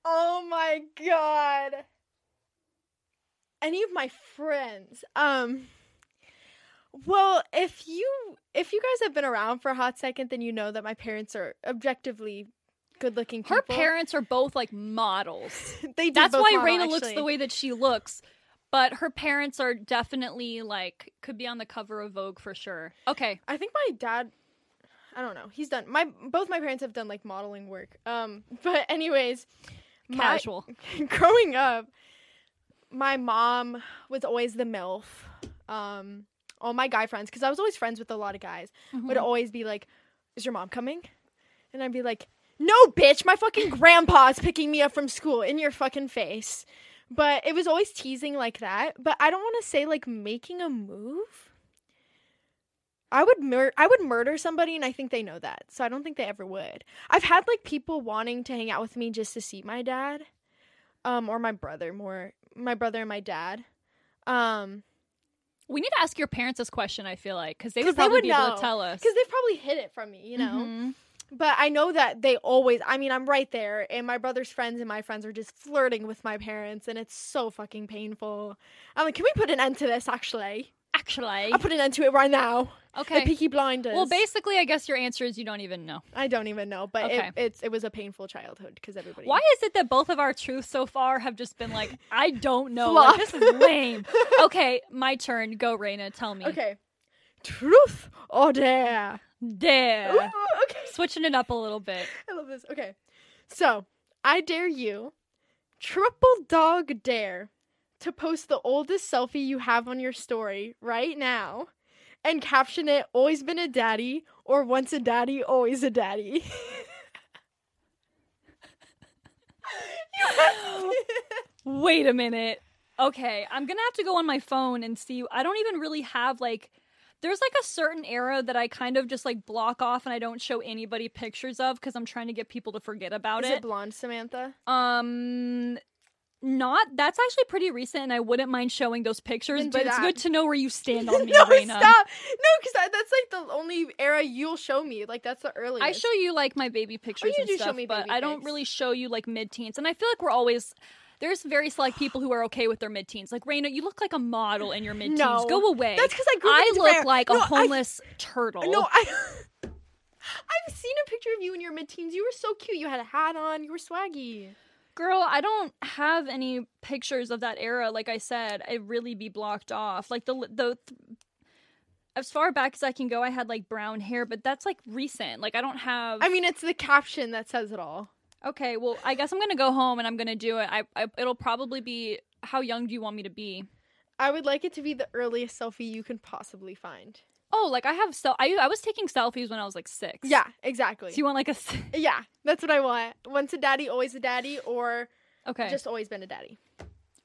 [SPEAKER 2] Oh my god. Any of my friends. Um well, if you if you guys have been around for a hot second, then you know that my parents are objectively good-looking people.
[SPEAKER 3] Her parents are both like models.
[SPEAKER 2] they do
[SPEAKER 3] That's
[SPEAKER 2] both
[SPEAKER 3] why
[SPEAKER 2] model,
[SPEAKER 3] Raina looks
[SPEAKER 2] actually.
[SPEAKER 3] the way that she looks. But her parents are definitely like could be on the cover of Vogue for sure. Okay.
[SPEAKER 2] I think my dad I don't know. He's done my both my parents have done like modeling work. Um but anyways, my
[SPEAKER 3] Casual.
[SPEAKER 2] growing up, my mom was always the MILF. Um all my guy friends cuz I was always friends with a lot of guys would always be like, "Is your mom coming?" And I'd be like, "No, bitch, my fucking grandpa's picking me up from school in your fucking face." But it was always teasing like that. But I don't want to say like making a move. I would mur- I would murder somebody, and I think they know that, so I don't think they ever would. I've had like people wanting to hang out with me just to see my dad, um, or my brother more, my brother and my dad, um,
[SPEAKER 3] We need to ask your parents this question, I feel like, because they
[SPEAKER 2] 'Cause
[SPEAKER 3] would
[SPEAKER 2] they
[SPEAKER 3] probably
[SPEAKER 2] would
[SPEAKER 3] be able
[SPEAKER 2] know.
[SPEAKER 3] to tell us.
[SPEAKER 2] because they've probably hid it from me, you know.
[SPEAKER 3] Mhm.
[SPEAKER 2] But I know that they always, I mean, I'm right there, and my brother's friends and my friends are just flirting with my parents, and it's so fucking painful. I'm like, can we put an end to this, actually?
[SPEAKER 3] Actually.
[SPEAKER 2] I'll put an end to it right now. The
[SPEAKER 3] Okay.
[SPEAKER 2] Peaky Blinders.
[SPEAKER 3] Well, basically, I guess your answer is you don't even know.
[SPEAKER 2] I don't even know, but
[SPEAKER 3] Okay.
[SPEAKER 2] it, it's, it was a painful childhood because everybody.
[SPEAKER 3] Why is it that both of our truths so far have just been like, I don't know.
[SPEAKER 2] Fluff.
[SPEAKER 3] Like, this is lame. okay, my turn. Go, Raina. Tell me.
[SPEAKER 2] Okay. Truth or dare?
[SPEAKER 3] Dare.
[SPEAKER 2] Ooh, okay.
[SPEAKER 3] Switching it up a little bit.
[SPEAKER 2] I love this. Okay. So, I dare you, triple dog dare, to post the oldest selfie you have on your story right now and caption it, always been a daddy, or once a daddy, always a daddy.
[SPEAKER 3] Wait a minute. Okay, I'm gonna have to go on my phone and see. I don't even really have like There's like a certain era that I kind of just like block off and I don't show anybody pictures of because I'm trying to get people to forget about
[SPEAKER 2] Is
[SPEAKER 3] it.
[SPEAKER 2] it blonde Samantha?
[SPEAKER 3] um, not that's actually pretty recent, and I wouldn't mind showing those pictures.
[SPEAKER 2] Then do
[SPEAKER 3] But it's
[SPEAKER 2] that.
[SPEAKER 3] good to know where you stand on me,
[SPEAKER 2] no,
[SPEAKER 3] Arena.
[SPEAKER 2] stop! No, because that, that's like the only era you'll show me. Like that's the earliest.
[SPEAKER 3] I show you like my baby pictures
[SPEAKER 2] Oh, you
[SPEAKER 3] and
[SPEAKER 2] do show
[SPEAKER 3] stuff,
[SPEAKER 2] me
[SPEAKER 3] but
[SPEAKER 2] baby
[SPEAKER 3] I don't
[SPEAKER 2] pics.
[SPEAKER 3] really show you like mid-teens. And I feel like we're always there's very select people who are okay with their mid-teens. Like Raina, you look like a model in your mid-teens.
[SPEAKER 2] No.
[SPEAKER 3] Go away.
[SPEAKER 2] That's because I grew up
[SPEAKER 3] I
[SPEAKER 2] in
[SPEAKER 3] look
[SPEAKER 2] Japan.
[SPEAKER 3] like
[SPEAKER 2] No,
[SPEAKER 3] a
[SPEAKER 2] I-
[SPEAKER 3] homeless turtle.
[SPEAKER 2] Uh, No, I. I've seen a picture of you in your mid-teens. You were so cute. You had a hat on. You were swaggy.
[SPEAKER 3] Girl, I don't have any pictures of that era. Like I said, I really be blocked off. Like the the as far back as I can go, I had like brown hair, but that's like recent. Like I don't have.
[SPEAKER 2] I mean, it's the caption that says it all.
[SPEAKER 3] okay, well, I guess I'm gonna go home and I'm gonna do it. I, I it'll probably be how young do you want me to be?
[SPEAKER 2] I would like it to be the earliest selfie you can possibly find.
[SPEAKER 3] Oh, like I have so I I was taking selfies when I was like six.
[SPEAKER 2] Yeah, exactly.
[SPEAKER 3] So you want like a s-
[SPEAKER 2] yeah, that's what I want. Once a daddy, always a daddy, or
[SPEAKER 3] okay
[SPEAKER 2] just always been a daddy.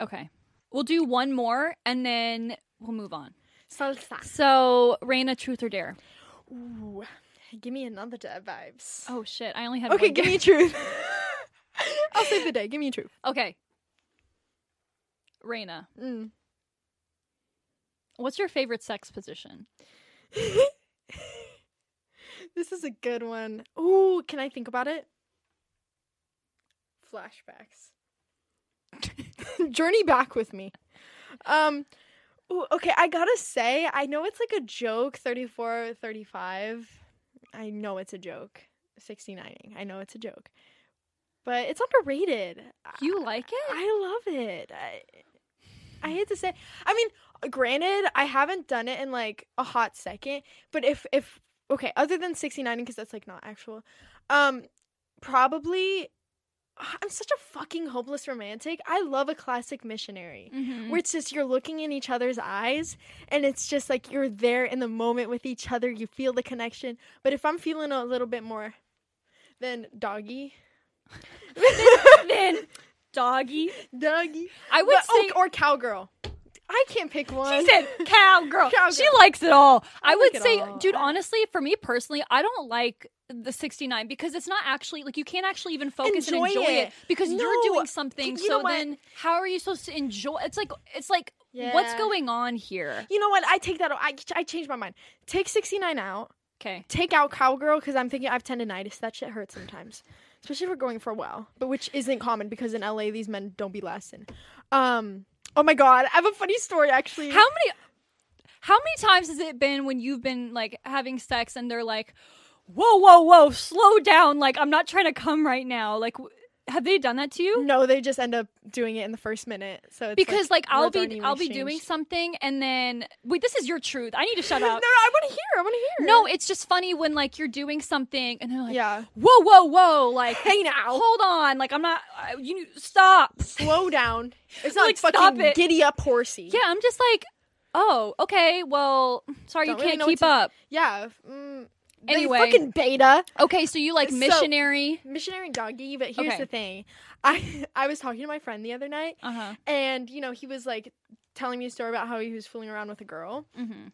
[SPEAKER 3] okay. We'll do one more and then we'll move on.
[SPEAKER 2] Salsa.
[SPEAKER 3] So Raina, truth or dare?
[SPEAKER 2] Ooh, give me another dad vibes.
[SPEAKER 3] Oh shit! I only have
[SPEAKER 2] okay,
[SPEAKER 3] one
[SPEAKER 2] give
[SPEAKER 3] dare.
[SPEAKER 2] me a truth. I'll save the day. Give me a truth.
[SPEAKER 3] okay. Raina,
[SPEAKER 2] Mm.
[SPEAKER 3] what's your favorite sex position?
[SPEAKER 2] this is a good one. Ooh, can I think about it? Flashbacks. Journey back with me. Um ooh, okay, I got to say, I know it's like a joke 34 35. I know it's a joke. 69ing. I know it's a joke. But it's underrated.
[SPEAKER 3] You like it?
[SPEAKER 2] I love it. I, I hate to say. I mean, granted, I haven't done it in like a hot second, but if if okay, other than 69 because that's like not actual. Um probably I'm such a fucking hopeless romantic. I love a classic missionary.
[SPEAKER 3] Mhm.
[SPEAKER 2] Where it's just you're looking in each other's eyes and it's just like you're there in the moment with each other. You feel the connection. But if I'm feeling a little bit more than doggy,
[SPEAKER 3] then doggy.
[SPEAKER 2] doggy,
[SPEAKER 3] I would
[SPEAKER 2] but-
[SPEAKER 3] say.
[SPEAKER 2] oh, or cowgirl. I can't pick one.
[SPEAKER 3] she said cowgirl.
[SPEAKER 2] Cowgirl.
[SPEAKER 3] She likes it all. I,
[SPEAKER 2] I like
[SPEAKER 3] would
[SPEAKER 2] it
[SPEAKER 3] say,
[SPEAKER 2] all.
[SPEAKER 3] dude,
[SPEAKER 2] I-
[SPEAKER 3] honestly, for me personally, I don't like the 69 because it's not actually like you can't actually even focus
[SPEAKER 2] Enjoy
[SPEAKER 3] and enjoy it,
[SPEAKER 2] it.
[SPEAKER 3] because you're
[SPEAKER 2] No.
[SPEAKER 3] doing something.
[SPEAKER 2] You know
[SPEAKER 3] so
[SPEAKER 2] what?
[SPEAKER 3] then, how are you supposed to enjoy? It's like it's like what's
[SPEAKER 2] Yeah.
[SPEAKER 3] going on here?
[SPEAKER 2] You know what? I take that. I I changed my mind. Take 69 out.
[SPEAKER 3] Okay,
[SPEAKER 2] Take out cowgirl because I'm thinking I have tendonitis. That shit hurts sometimes, especially if we're going for a while. But which isn't common because in LA these men don't be lasting. Um. Oh my god, I have a funny story actually.
[SPEAKER 3] how many? How many times has it been when you've been like having sex and they're like, "Whoa, whoa, whoa, slow down! Like I'm not trying to come right now." Like, w- have they done that to you?
[SPEAKER 2] No, they just end up doing it in the first minute. So it's
[SPEAKER 3] because like,
[SPEAKER 2] Mm, like
[SPEAKER 3] I'll
[SPEAKER 2] words aren't
[SPEAKER 3] be
[SPEAKER 2] even
[SPEAKER 3] I'll be doing
[SPEAKER 2] exchanged.
[SPEAKER 3] something and then wait this is your truth I need to shut
[SPEAKER 2] No, no,
[SPEAKER 3] up
[SPEAKER 2] I want to hear. I want to hear.
[SPEAKER 3] no it's just funny when like you're doing something and they're like
[SPEAKER 2] Yeah.
[SPEAKER 3] whoa whoa whoa like
[SPEAKER 2] Hey now.
[SPEAKER 3] hold on like I'm not I, you stop
[SPEAKER 2] Slow down. It's not
[SPEAKER 3] Like,
[SPEAKER 2] like,
[SPEAKER 3] stop
[SPEAKER 2] fucking
[SPEAKER 3] it.
[SPEAKER 2] giddy up horsey.
[SPEAKER 3] yeah I'm just like oh okay well sorry
[SPEAKER 2] Don't
[SPEAKER 3] you
[SPEAKER 2] really
[SPEAKER 3] can't
[SPEAKER 2] know what
[SPEAKER 3] keep
[SPEAKER 2] to-
[SPEAKER 3] up
[SPEAKER 2] Yeah. Mm, they
[SPEAKER 3] Anyway.
[SPEAKER 2] fucking beta
[SPEAKER 3] okay so you like
[SPEAKER 2] So-
[SPEAKER 3] missionary
[SPEAKER 2] missionary doggy. But here's
[SPEAKER 3] Okay.
[SPEAKER 2] the thing, I I was talking to my friend the other night,
[SPEAKER 3] uh huh
[SPEAKER 2] and you know he was like telling me a story about how he was fooling around with a girl,
[SPEAKER 3] mm-hmm.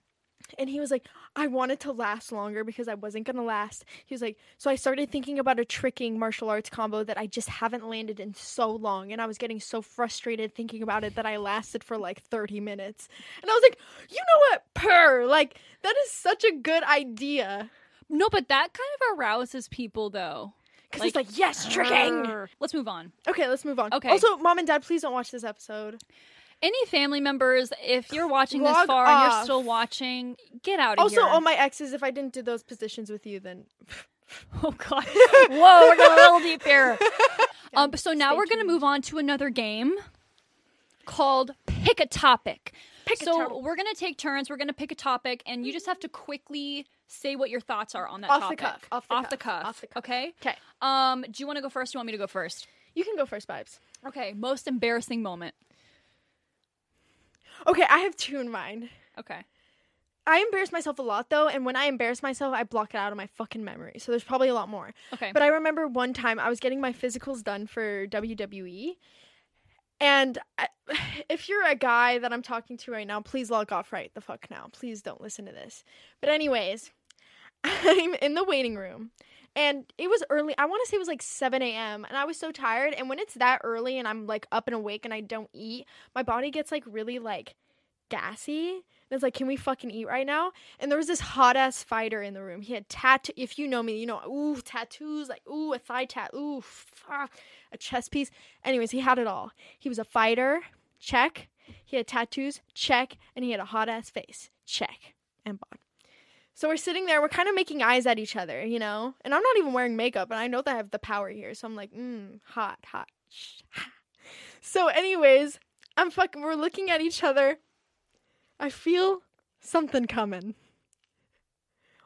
[SPEAKER 2] and he was like, I wanted to last longer because I wasn't gonna last. He was like, so I started thinking about a tricking martial arts combo that I just haven't landed in so long, and I was getting so frustrated thinking about it that I lasted for like 30 minutes, and I was like, you know what, purr, like that is such a good idea.
[SPEAKER 3] no but that kind of arouses people though
[SPEAKER 2] Because
[SPEAKER 3] Like,
[SPEAKER 2] it's like, yes, tricking.
[SPEAKER 3] let's move on
[SPEAKER 2] Okay, let's move on.
[SPEAKER 3] Okay.
[SPEAKER 2] Also, mom and dad, please don't watch this episode.
[SPEAKER 3] any family members if you're watching this
[SPEAKER 2] Log
[SPEAKER 3] far and you're
[SPEAKER 2] off.
[SPEAKER 3] still watching get out of
[SPEAKER 2] Also, um,
[SPEAKER 3] here
[SPEAKER 2] all my exes, if I didn't do those positions with you, then
[SPEAKER 3] Oh god. Whoa, we're going a little deep here. Um so now
[SPEAKER 2] stay
[SPEAKER 3] we're gonna
[SPEAKER 2] tuned.
[SPEAKER 3] move on to another game called Pick a Topic.
[SPEAKER 2] Pick a
[SPEAKER 3] so
[SPEAKER 2] topic.
[SPEAKER 3] we're gonna take turns, we're gonna pick a topic, and you just have to quickly say what your thoughts are on that
[SPEAKER 2] Off the
[SPEAKER 3] topic.
[SPEAKER 2] cuff, off the cuff, off the cuff.
[SPEAKER 3] Okay.
[SPEAKER 2] okay,
[SPEAKER 3] Um, do you wanna go first? Do you want me to go first?
[SPEAKER 2] you can go first, vibes.
[SPEAKER 3] Okay, most embarrassing moment.
[SPEAKER 2] Okay, I have two in mind.
[SPEAKER 3] Okay.
[SPEAKER 2] I embarrass myself a lot though, and when I embarrass myself, I block it out of my fucking memory. So there's probably a lot more.
[SPEAKER 3] Okay.
[SPEAKER 2] But I remember one time I was getting my physicals done for WWE, E, And I- if you're a guy that I'm talking to right now, please log off right the fuck now. Please don't listen to this. But, anyways, I'm in the waiting room and it was early. I want to say it was like 7 a.m. and I was so tired. And when it's that early and I'm like up and awake and I don't eat, my body gets like really like gassy. And it's like, can we fucking eat right now? And there was this hot ass fighter in the room. He had tattoo. If you know me, you know, ooh, tattoos, like, ooh, a thigh tat, ooh, fuck, a chest piece. Anyways, he had it all. He was a fighter, check. He had tattoos, check. And he had a hot ass face, check. And bod. So we're sitting there, we're kind of making eyes at each other, you know? And I'm not even wearing makeup, and I know that I have the power here. So I'm like, mm, hot, hot. sh- ha." So, anyways, I'm fucking, we're looking at each other. I feel something coming.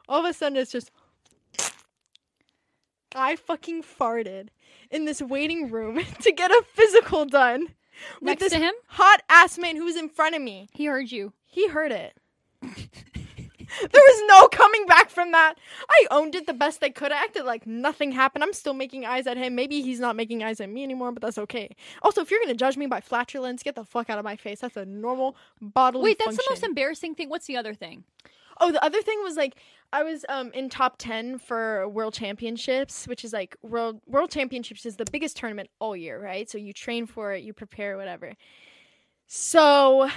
[SPEAKER 2] All of a sudden, it's just. I fucking farted in this waiting room to get a physical done with
[SPEAKER 3] Next
[SPEAKER 2] this
[SPEAKER 3] to him,
[SPEAKER 2] hot ass man who was in front of me.
[SPEAKER 3] he heard you.
[SPEAKER 2] He heard it. there was no coming back from that. I owned it the best I could. I acted like nothing happened. I'm still making eyes at him. Maybe he's not making eyes at me anymore, but that's okay. Also, if you're gonna judge me by flatulence, get the fuck out of my face. That's a normal bodily
[SPEAKER 3] Wait, that's the most
[SPEAKER 2] function.
[SPEAKER 3] embarrassing thing. What's the other thing?
[SPEAKER 2] Oh, the other thing was like I was um in top ten for world championships, which is like world world championships is the biggest tournament all year, right? So you train for it, you prepare, whatever. So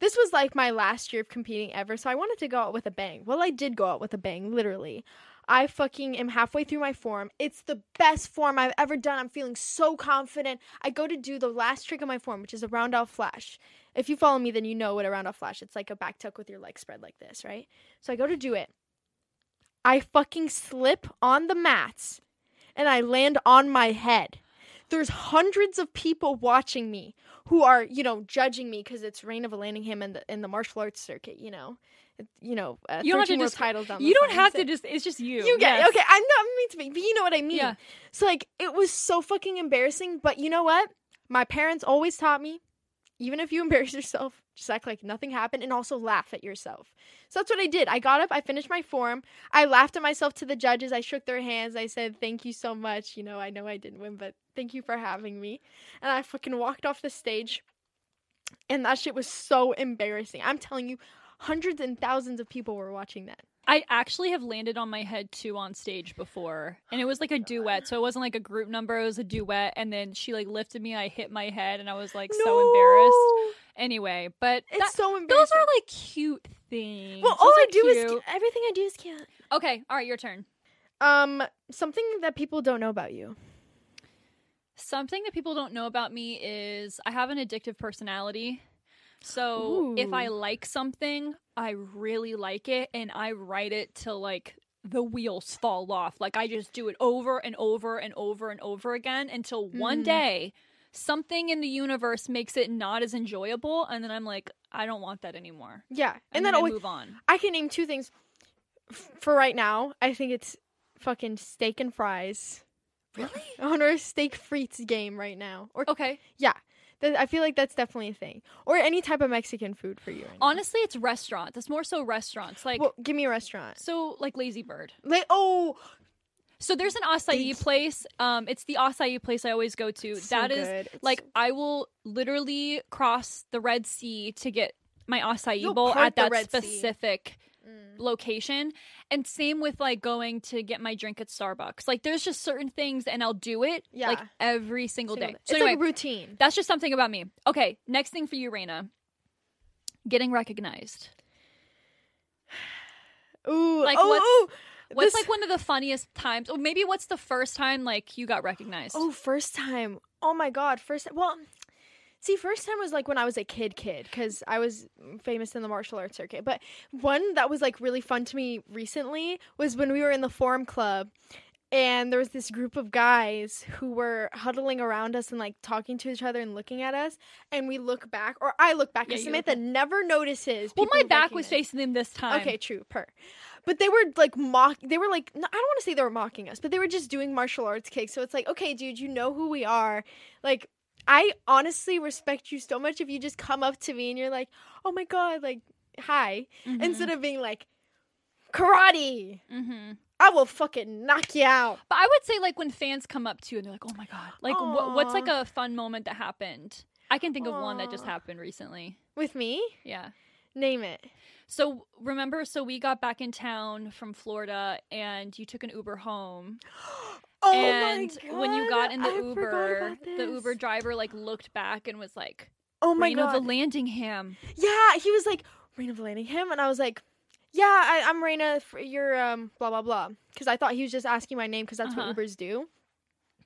[SPEAKER 2] this was like my last year of competing ever, so I wanted to go out with a bang. Well, I did go out with a bang, literally. I fucking am halfway through my form. It's the best form I've ever done. I'm feeling so confident. I go to do the last trick of my form, which is a round out flash. If you follow me, then you know what a round out flash. It's like a back tuck with your leg spread like this, right? So I go to do it. I fucking slip on the mats and I land on my head. There's hundreds of people watching me who are, you know, judging me because it's Reign of a Landingham and the, in the martial arts circuit, you know. It- you know, uh,
[SPEAKER 3] You don't have to
[SPEAKER 2] 13 world
[SPEAKER 3] descri-
[SPEAKER 2] titles down the
[SPEAKER 3] You don't
[SPEAKER 2] line.
[SPEAKER 3] have
[SPEAKER 2] So-
[SPEAKER 3] to just. It's just you.
[SPEAKER 2] you get
[SPEAKER 3] Yes.
[SPEAKER 2] okay. I'm not mean to be, but you know what I mean.
[SPEAKER 3] Yeah.
[SPEAKER 2] So like, it was so fucking embarrassing. But you know what? My parents always taught me, even if you embarrass yourself, just act like nothing happened, and also laugh at yourself. So that's what I did. I got up, I finished my form, I laughed at myself to the judges, I shook their hands, I said, "Thank you so much. You know, I know I didn't win, but thank you for having me." And I fucking walked off the stage, and that shit was so embarrassing. I'm telling you, hundreds and thousands of people were watching that.
[SPEAKER 3] I actually have landed on my head too on stage before, and it was like a duet. So it wasn't like a group number; it was a duet. And then she like lifted me, I hit my head, and I was like so embarrassed.
[SPEAKER 2] No!
[SPEAKER 3] Anyway, but
[SPEAKER 2] It's
[SPEAKER 3] that-
[SPEAKER 2] so embarrassing.
[SPEAKER 3] those are like cute things.
[SPEAKER 2] Well,
[SPEAKER 3] Those
[SPEAKER 2] all I
[SPEAKER 3] are
[SPEAKER 2] do is
[SPEAKER 3] cute.
[SPEAKER 2] ca- everything I do is can't.
[SPEAKER 3] okay. All right, your turn.
[SPEAKER 2] Um, something that people don't know about you.
[SPEAKER 3] Something that people don't know about me is I have an addictive personality. So if I
[SPEAKER 2] Ooh.
[SPEAKER 3] like something, I really like it and I write it till like the wheels fall off. Like I just do it over and over and over and over again until one
[SPEAKER 2] Mm.
[SPEAKER 3] day something in the universe makes it not as enjoyable and then I'm like I don't want that anymore.
[SPEAKER 2] Yeah, and,
[SPEAKER 3] And,
[SPEAKER 2] that
[SPEAKER 3] then
[SPEAKER 2] always
[SPEAKER 3] I move on.
[SPEAKER 2] I can name two things. F- for right now, I think it's fucking steak and fries.
[SPEAKER 3] Really? Oh.
[SPEAKER 2] On our steak frites game right now, or
[SPEAKER 3] Okay.
[SPEAKER 2] th- I feel like that's definitely a thing, or any type of Mexican food for you. Right now.
[SPEAKER 3] Honestly, it's restaurants. It's more so restaurants. Like
[SPEAKER 2] well, give me a restaurant.
[SPEAKER 3] so like Lazy Bird.
[SPEAKER 2] Like, oh,
[SPEAKER 3] So there's an acai
[SPEAKER 2] Thank you.
[SPEAKER 3] place. Um, it's the acai place I always go to. That is
[SPEAKER 2] so good. It's
[SPEAKER 3] like
[SPEAKER 2] so-
[SPEAKER 3] I will literally cross the Red Sea to get my acai
[SPEAKER 2] You'll
[SPEAKER 3] bowl
[SPEAKER 2] part
[SPEAKER 3] at
[SPEAKER 2] the
[SPEAKER 3] that
[SPEAKER 2] Red Sea.
[SPEAKER 3] specific
[SPEAKER 2] Mm.
[SPEAKER 3] location. And same with like going to get my drink at Starbucks. Like there's just certain things, and I'll do it like
[SPEAKER 2] Yeah.
[SPEAKER 3] every single, day.
[SPEAKER 2] It's
[SPEAKER 3] So anyway,
[SPEAKER 2] like a routine.
[SPEAKER 3] that's just something about me. Okay, next thing for you, Raina. Getting recognized.
[SPEAKER 2] Ooh,
[SPEAKER 3] like,
[SPEAKER 2] oh,
[SPEAKER 3] what's-
[SPEAKER 2] oh,
[SPEAKER 3] What's
[SPEAKER 2] this-
[SPEAKER 3] like one of the funniest times, or maybe what's the first time like you got recognized?
[SPEAKER 2] Oh, first time. Oh my god, first well See, first time was like when I was a kid kid cuz I was famous in the martial arts circuit. But one that was like really fun to me recently was when we were in the forum club and there was this group of guys who were huddling around us and like talking to each other and looking at us and we look back or I look back
[SPEAKER 3] Yeah,
[SPEAKER 2] and
[SPEAKER 3] you look
[SPEAKER 2] Samantha never notices.
[SPEAKER 3] Well,
[SPEAKER 2] people
[SPEAKER 3] my back was
[SPEAKER 2] recognize-
[SPEAKER 3] facing them this time.
[SPEAKER 2] Okay, true, per. But they were like mock. They were like, no, I don't want to say they were mocking us, but they were just doing martial arts kicks. So it's like, okay, dude, you know who we are. Like, I honestly respect you so much if you just come up to me and you're like, oh my god, like, hi,
[SPEAKER 3] Mhm.
[SPEAKER 2] instead of being like, karate.
[SPEAKER 3] Mhm.
[SPEAKER 2] I will fucking knock you out.
[SPEAKER 3] But I would say like when fans come up to you and they're like, "Oh my god!" Like wh- what's like a fun moment that happened? I can think of one that just
[SPEAKER 2] Aw.
[SPEAKER 3] happened recently.
[SPEAKER 2] With me?
[SPEAKER 3] Yeah.
[SPEAKER 2] Name it.
[SPEAKER 3] So remember, so we got back in town from Florida, and you took an Uber home.
[SPEAKER 2] Oh
[SPEAKER 3] and
[SPEAKER 2] my god.
[SPEAKER 3] when you got in the
[SPEAKER 2] I forgot
[SPEAKER 3] Uber,
[SPEAKER 2] about
[SPEAKER 3] the
[SPEAKER 2] this.
[SPEAKER 3] Uber driver like looked back and was like,
[SPEAKER 2] Oh my
[SPEAKER 3] "Reina
[SPEAKER 2] god.
[SPEAKER 3] Vallandigham."
[SPEAKER 2] yeah, he was like Raina Vallandigham, and I was like, yeah, I, I'm Raina. For your um, blah blah blah. Because I thought he was just asking my name because that's
[SPEAKER 3] Uh-huh.
[SPEAKER 2] what Ubers do.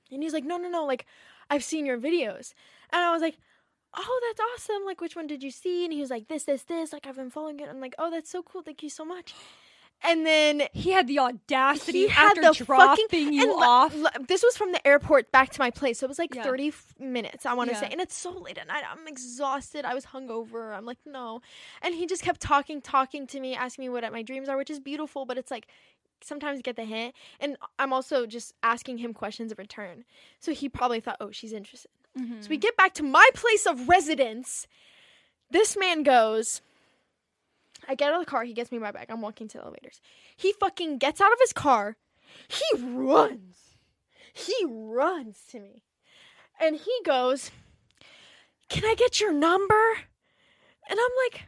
[SPEAKER 2] And he's like, no no no, like I've seen your videos, and I was like. Oh, that's awesome. Like, which one did you see? And he was like, this, this, this. Like, I've been following it. I'm like, oh, that's so cool. Thank you so much. And then
[SPEAKER 3] He had the audacity
[SPEAKER 2] He had
[SPEAKER 3] after
[SPEAKER 2] the
[SPEAKER 3] dropping
[SPEAKER 2] fucking-
[SPEAKER 3] you
[SPEAKER 2] and le-
[SPEAKER 3] off.
[SPEAKER 2] le- this was from the airport back to my place. So it was like
[SPEAKER 3] Yeah.
[SPEAKER 2] 30 f- minutes, I want to
[SPEAKER 3] Yeah.
[SPEAKER 2] say. And it's so late at night. I'm exhausted. I was hungover. I'm like, no. And he just kept talking, talking to me, asking me what my dreams are, which is beautiful, but it's like sometimes you get the hint. And I'm also just asking him questions of return. So he probably thought, oh, she's interested. So we get back to my place of residence. This man goes. I get out of the car. He gets me my bag. I'm walking to the elevators. He fucking gets out of his car. He runs. He runs to me. And he goes, Can I get your number? And I'm like,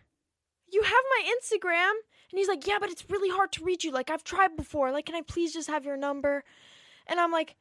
[SPEAKER 2] You have my Instagram? And he's like, Yeah, but it's really hard to reach you. Like, I've tried before. Like, can I please just have your number? And I'm like,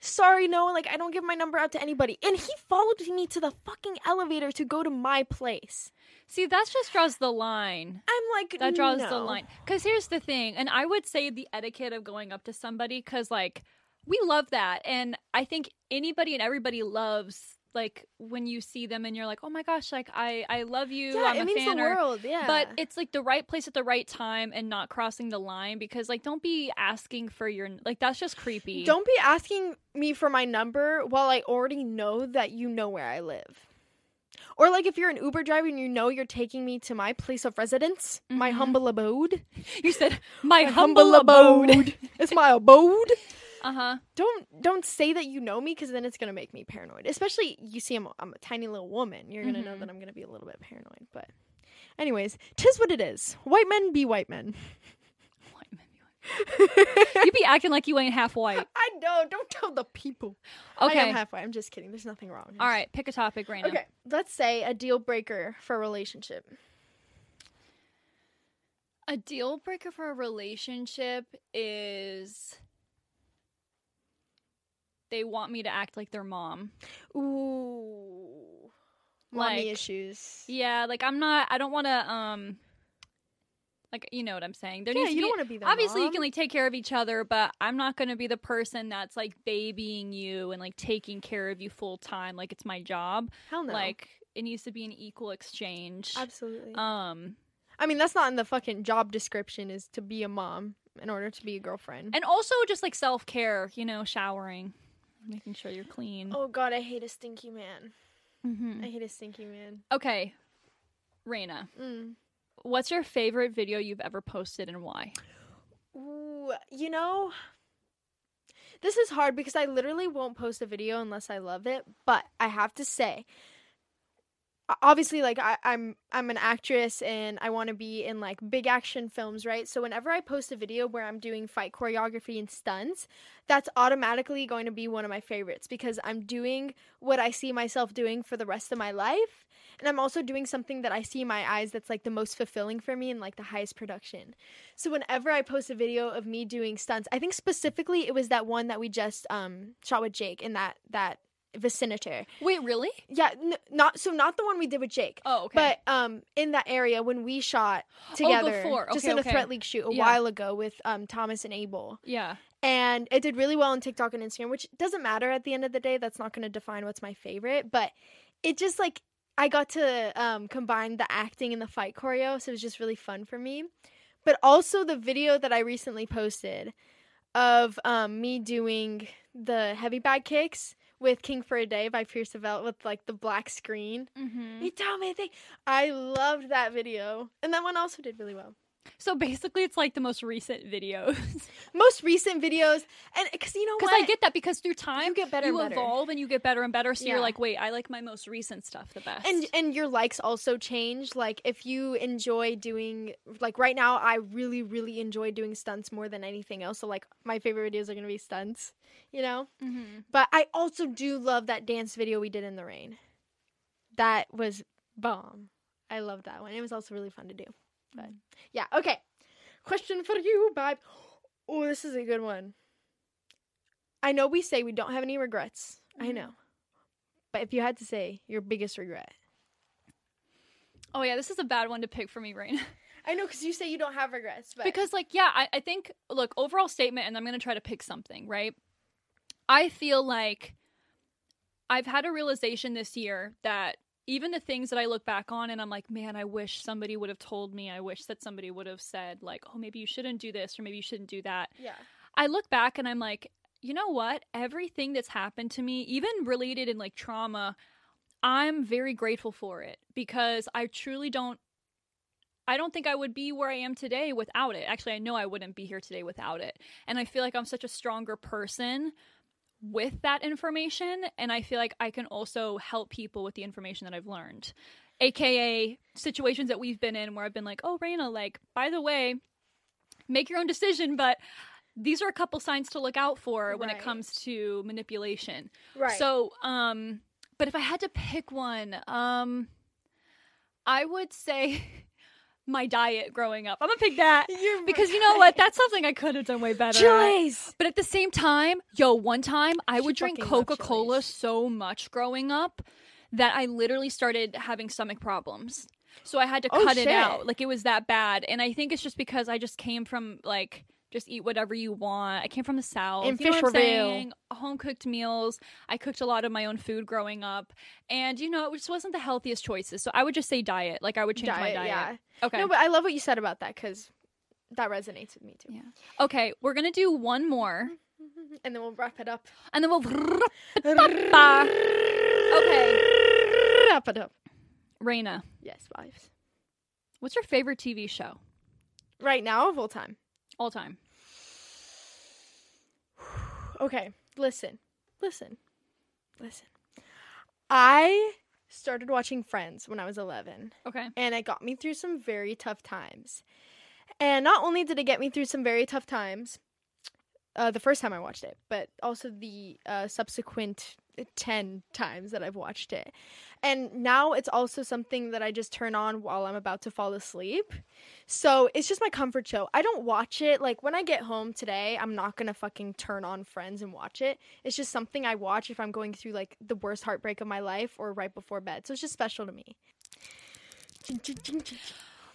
[SPEAKER 2] sorry, no, like I don't give my number out to anybody. And he followed me to the fucking elevator to go to my place.
[SPEAKER 3] See, that just draws the line.
[SPEAKER 2] I'm like,
[SPEAKER 3] That draws the
[SPEAKER 2] no.
[SPEAKER 3] line. Because here's the thing, and I would say the etiquette of going up to somebody, because like we love that, and I think anybody and everybody loves like when you see them and you're like, oh my gosh, like I I love you,
[SPEAKER 2] Yeah,
[SPEAKER 3] I'm
[SPEAKER 2] it
[SPEAKER 3] a
[SPEAKER 2] means
[SPEAKER 3] fan,
[SPEAKER 2] the
[SPEAKER 3] or-
[SPEAKER 2] world. Yeah,
[SPEAKER 3] But it's like the right place at the right time and not crossing the line because like don't be asking for your like that's just creepy.
[SPEAKER 2] don't be asking me for my number while I already know that you know where I live. Or like if you're an Uber driver and you know you're taking me to my place of residence, my
[SPEAKER 3] Mhm.
[SPEAKER 2] humble abode.
[SPEAKER 3] you said my,
[SPEAKER 2] My
[SPEAKER 3] humble, abode.
[SPEAKER 2] it's my abode.
[SPEAKER 3] uh huh.
[SPEAKER 2] Don't don't say that you know me because then it's gonna make me paranoid. Especially you see I'm, I'm a tiny little woman. You're gonna know
[SPEAKER 3] Mhm.
[SPEAKER 2] that I'm gonna be a little bit paranoid. But anyways, tis what it is. White men be white men.
[SPEAKER 3] You be acting like you ain't half white.
[SPEAKER 2] I know. Don't tell the people. I
[SPEAKER 3] Okay.
[SPEAKER 2] am halfway. I'm just kidding. There's nothing wrong.
[SPEAKER 3] All right. Pick a topic right now.
[SPEAKER 2] Okay. Let's say a deal breaker for a relationship.
[SPEAKER 3] A deal breaker for a relationship is they want me to act like their mom.
[SPEAKER 2] Ooh. Mommy
[SPEAKER 3] Like-
[SPEAKER 2] issues.
[SPEAKER 3] Yeah, like I'm not I don't want to um like you know what I'm saying. There
[SPEAKER 2] yeah,
[SPEAKER 3] needs to
[SPEAKER 2] you
[SPEAKER 3] be
[SPEAKER 2] don't want to be that.
[SPEAKER 3] Obviously you can like take care of each other, but I'm not going to be the person that's like babying you and like taking care of you full time like it's my job.
[SPEAKER 2] Hell no.
[SPEAKER 3] Like it needs to be an equal exchange.
[SPEAKER 2] absolutely.
[SPEAKER 3] Um
[SPEAKER 2] I mean, that's not in the fucking job description. Is to be a mom in order to be a girlfriend.
[SPEAKER 3] and also just like self-care, you know, showering, making sure you're clean.
[SPEAKER 2] Oh god, I hate a stinky man.
[SPEAKER 3] Mhm.
[SPEAKER 2] I hate a stinky man.
[SPEAKER 3] Okay, Raina,
[SPEAKER 2] Mm.
[SPEAKER 3] what's your favorite video you've ever posted and why?
[SPEAKER 2] Ooh, you know, this is hard because I literally won't post a video unless I love it. But I have to say, o- obviously, like I, I'm I'm an actress and I want to be in like big action films, right? So whenever I post a video where I'm doing fight choreography and stunts, that's automatically going to be one of my favorites because I'm doing what I see myself doing for the rest of my life. And I'm also doing something that I see in my eyes that's like the most fulfilling for me and like the highest production. So whenever I post a video of me doing stunts, I think specifically it was that one that we just um shot with Jake in that that vicinity.
[SPEAKER 3] Wait, really?
[SPEAKER 2] Yeah, n- not so not the one we did with Jake.
[SPEAKER 3] Oh, okay. Oh,
[SPEAKER 2] But um, in that area when we shot together,
[SPEAKER 3] before.
[SPEAKER 2] just
[SPEAKER 3] Okay,
[SPEAKER 2] in a
[SPEAKER 3] okay.
[SPEAKER 2] threat league shoot a
[SPEAKER 3] Yeah.
[SPEAKER 2] while ago with um, Thomas and Abel,
[SPEAKER 3] yeah.
[SPEAKER 2] and it did really well on TikTok and Instagram, which doesn't matter at the end of the day. That's not going to define what's my favorite, but it just like I got to um, combine the acting and the fight choreo, so it was just really fun for me. But also the video that I recently posted of um, me doing the heavy bag kicks with King for a Day by Pierce Avelt with like the black screen.
[SPEAKER 3] Mm-hmm.
[SPEAKER 2] You tell me a thing. I loved that video, and that one also did really well.
[SPEAKER 3] So basically, it's like the most recent videos.
[SPEAKER 2] Most recent videos, and because you know
[SPEAKER 3] Because
[SPEAKER 2] what,
[SPEAKER 3] I get that because through time,
[SPEAKER 2] get better
[SPEAKER 3] you
[SPEAKER 2] and better.
[SPEAKER 3] evolve and you get better and better. So you're
[SPEAKER 2] Yeah.
[SPEAKER 3] like, wait, I like my most recent stuff the best.
[SPEAKER 2] and and your likes also change like if you enjoy doing like right now i really really enjoy doing stunts more than anything else so like my favorite videos are gonna be stunts you know
[SPEAKER 3] Mhm.
[SPEAKER 2] but i also do love that dance video we did in the rain that was bomb i love that one it was also really fun to do but yeah okay question for you babe oh this is a good one i know we say we don't have any regrets i
[SPEAKER 3] Mhm.
[SPEAKER 2] know but if you had to say your biggest regret
[SPEAKER 3] oh yeah, this is a bad one to pick for me right now.
[SPEAKER 2] I know because you say you don't have regrets, but
[SPEAKER 3] Because, like, yeah, I, I think, look, overall statement, and I'm going to try to pick something, right? I feel like I've had a realization this year that even the things that I look back on and I'm like, man, I wish somebody would have told me, I wish that somebody would have said, like, oh, maybe you shouldn't do this or maybe you shouldn't do that.
[SPEAKER 2] yeah,
[SPEAKER 3] I look back and I'm like, you know what? Everything that's happened to me, even related in like trauma, I'm very grateful for it because I truly don't I don't think I would be where I am today without it. Actually, I know I wouldn't be here today without it. And I feel like I'm such a stronger person with that information and I feel like I can also help people with the information that I've learned. AKA situations that we've been in where I've been like, "Oh, Raina, like by the way, make your own decision, but these are a couple signs to look out for when it
[SPEAKER 2] Right.
[SPEAKER 3] comes to manipulation.
[SPEAKER 2] right.
[SPEAKER 3] So, um, but if I had to pick one, um, I would say my diet growing up. I'm gonna pick that
[SPEAKER 2] You're
[SPEAKER 3] because you know what? That's something I could have done way better. at.
[SPEAKER 2] Chili's.
[SPEAKER 3] But at the same time, yo, one time I
[SPEAKER 2] She
[SPEAKER 3] would drink
[SPEAKER 2] fucking loved
[SPEAKER 3] Coca Cola
[SPEAKER 2] Chili's.
[SPEAKER 3] so much growing up that I literally started having stomach problems. So I had to
[SPEAKER 2] Oh,
[SPEAKER 3] cut
[SPEAKER 2] shit.
[SPEAKER 3] it out. Like it was that bad. And I think it's just because I just came from like just eat whatever you want. I came from the south.
[SPEAKER 2] And
[SPEAKER 3] you know
[SPEAKER 2] Fish
[SPEAKER 3] what I'm
[SPEAKER 2] Review.
[SPEAKER 3] saying? Home cooked meals. I cooked a lot of my own food growing up. And you know, it just wasn't the healthiest choices. So I would just say diet. Like I would change my diet. Okay.
[SPEAKER 2] No, but I love what you said about that because that resonates with me too.
[SPEAKER 3] Yeah. okay, we're gonna do one more
[SPEAKER 2] And then we'll wrap it up.
[SPEAKER 3] and then we'll
[SPEAKER 2] Wrap it up.
[SPEAKER 3] Raina.
[SPEAKER 2] Yes, wives.
[SPEAKER 3] What's your favorite TV show
[SPEAKER 2] Right now, full time.
[SPEAKER 3] all time?
[SPEAKER 2] Okay, listen, listen, listen. I started watching Friends when I was eleven.
[SPEAKER 3] Okay.
[SPEAKER 2] and it got me through some very tough times. And not only did it get me through some very tough times, uh, the first time I watched it, but also the uh, subsequent 10 times that I've watched it. And now it's also something that I just turn on while I'm about to fall asleep. So it's just my comfort show. I don't watch it. Like when I get home today, I'm not going to fucking turn on Friends and watch it. It's just something I watch if I'm going through like the worst heartbreak of my life or right before bed. So it's just special to me.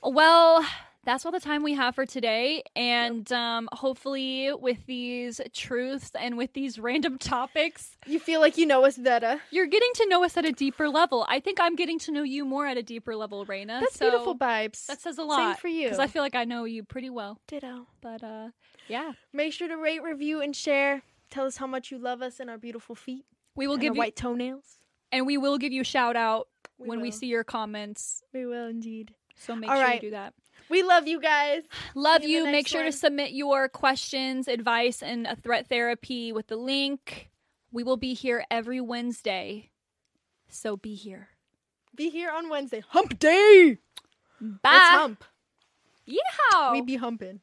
[SPEAKER 3] Well, that's all the time we have for today. And um, hopefully, with these truths and with these random topics,
[SPEAKER 2] You feel like you know us better.
[SPEAKER 3] you're getting to know us at a deeper level. I think I'm getting to know you more at a deeper level, Raina.
[SPEAKER 2] That's
[SPEAKER 3] Uh, so
[SPEAKER 2] beautiful vibes.
[SPEAKER 3] That says a lot.
[SPEAKER 2] for you.
[SPEAKER 3] Because I feel like I know you pretty well.
[SPEAKER 2] Ditto.
[SPEAKER 3] But uh, yeah,
[SPEAKER 2] Make sure to rate, review, and share. Tell us how much you love us and our beautiful feet.
[SPEAKER 3] we will
[SPEAKER 2] and
[SPEAKER 3] give
[SPEAKER 2] our
[SPEAKER 3] you,
[SPEAKER 2] white toenails.
[SPEAKER 3] and we will give you a shout out when we
[SPEAKER 2] will.
[SPEAKER 3] see your comments.
[SPEAKER 2] We will indeed.
[SPEAKER 3] So make
[SPEAKER 2] All
[SPEAKER 3] sure
[SPEAKER 2] right.
[SPEAKER 3] you do that.
[SPEAKER 2] We love you guys.
[SPEAKER 3] Love
[SPEAKER 2] See you in
[SPEAKER 3] you.
[SPEAKER 2] the
[SPEAKER 3] Make
[SPEAKER 2] next
[SPEAKER 3] sure
[SPEAKER 2] one.
[SPEAKER 3] to submit your questions, advice, and a threat therapy with the link. We will be here every Wednesday. So be here.
[SPEAKER 2] Be here on Wednesday. Hump day. Let's
[SPEAKER 3] Bye. Oh.
[SPEAKER 2] hump.
[SPEAKER 3] Yeehaw.
[SPEAKER 2] We be humping.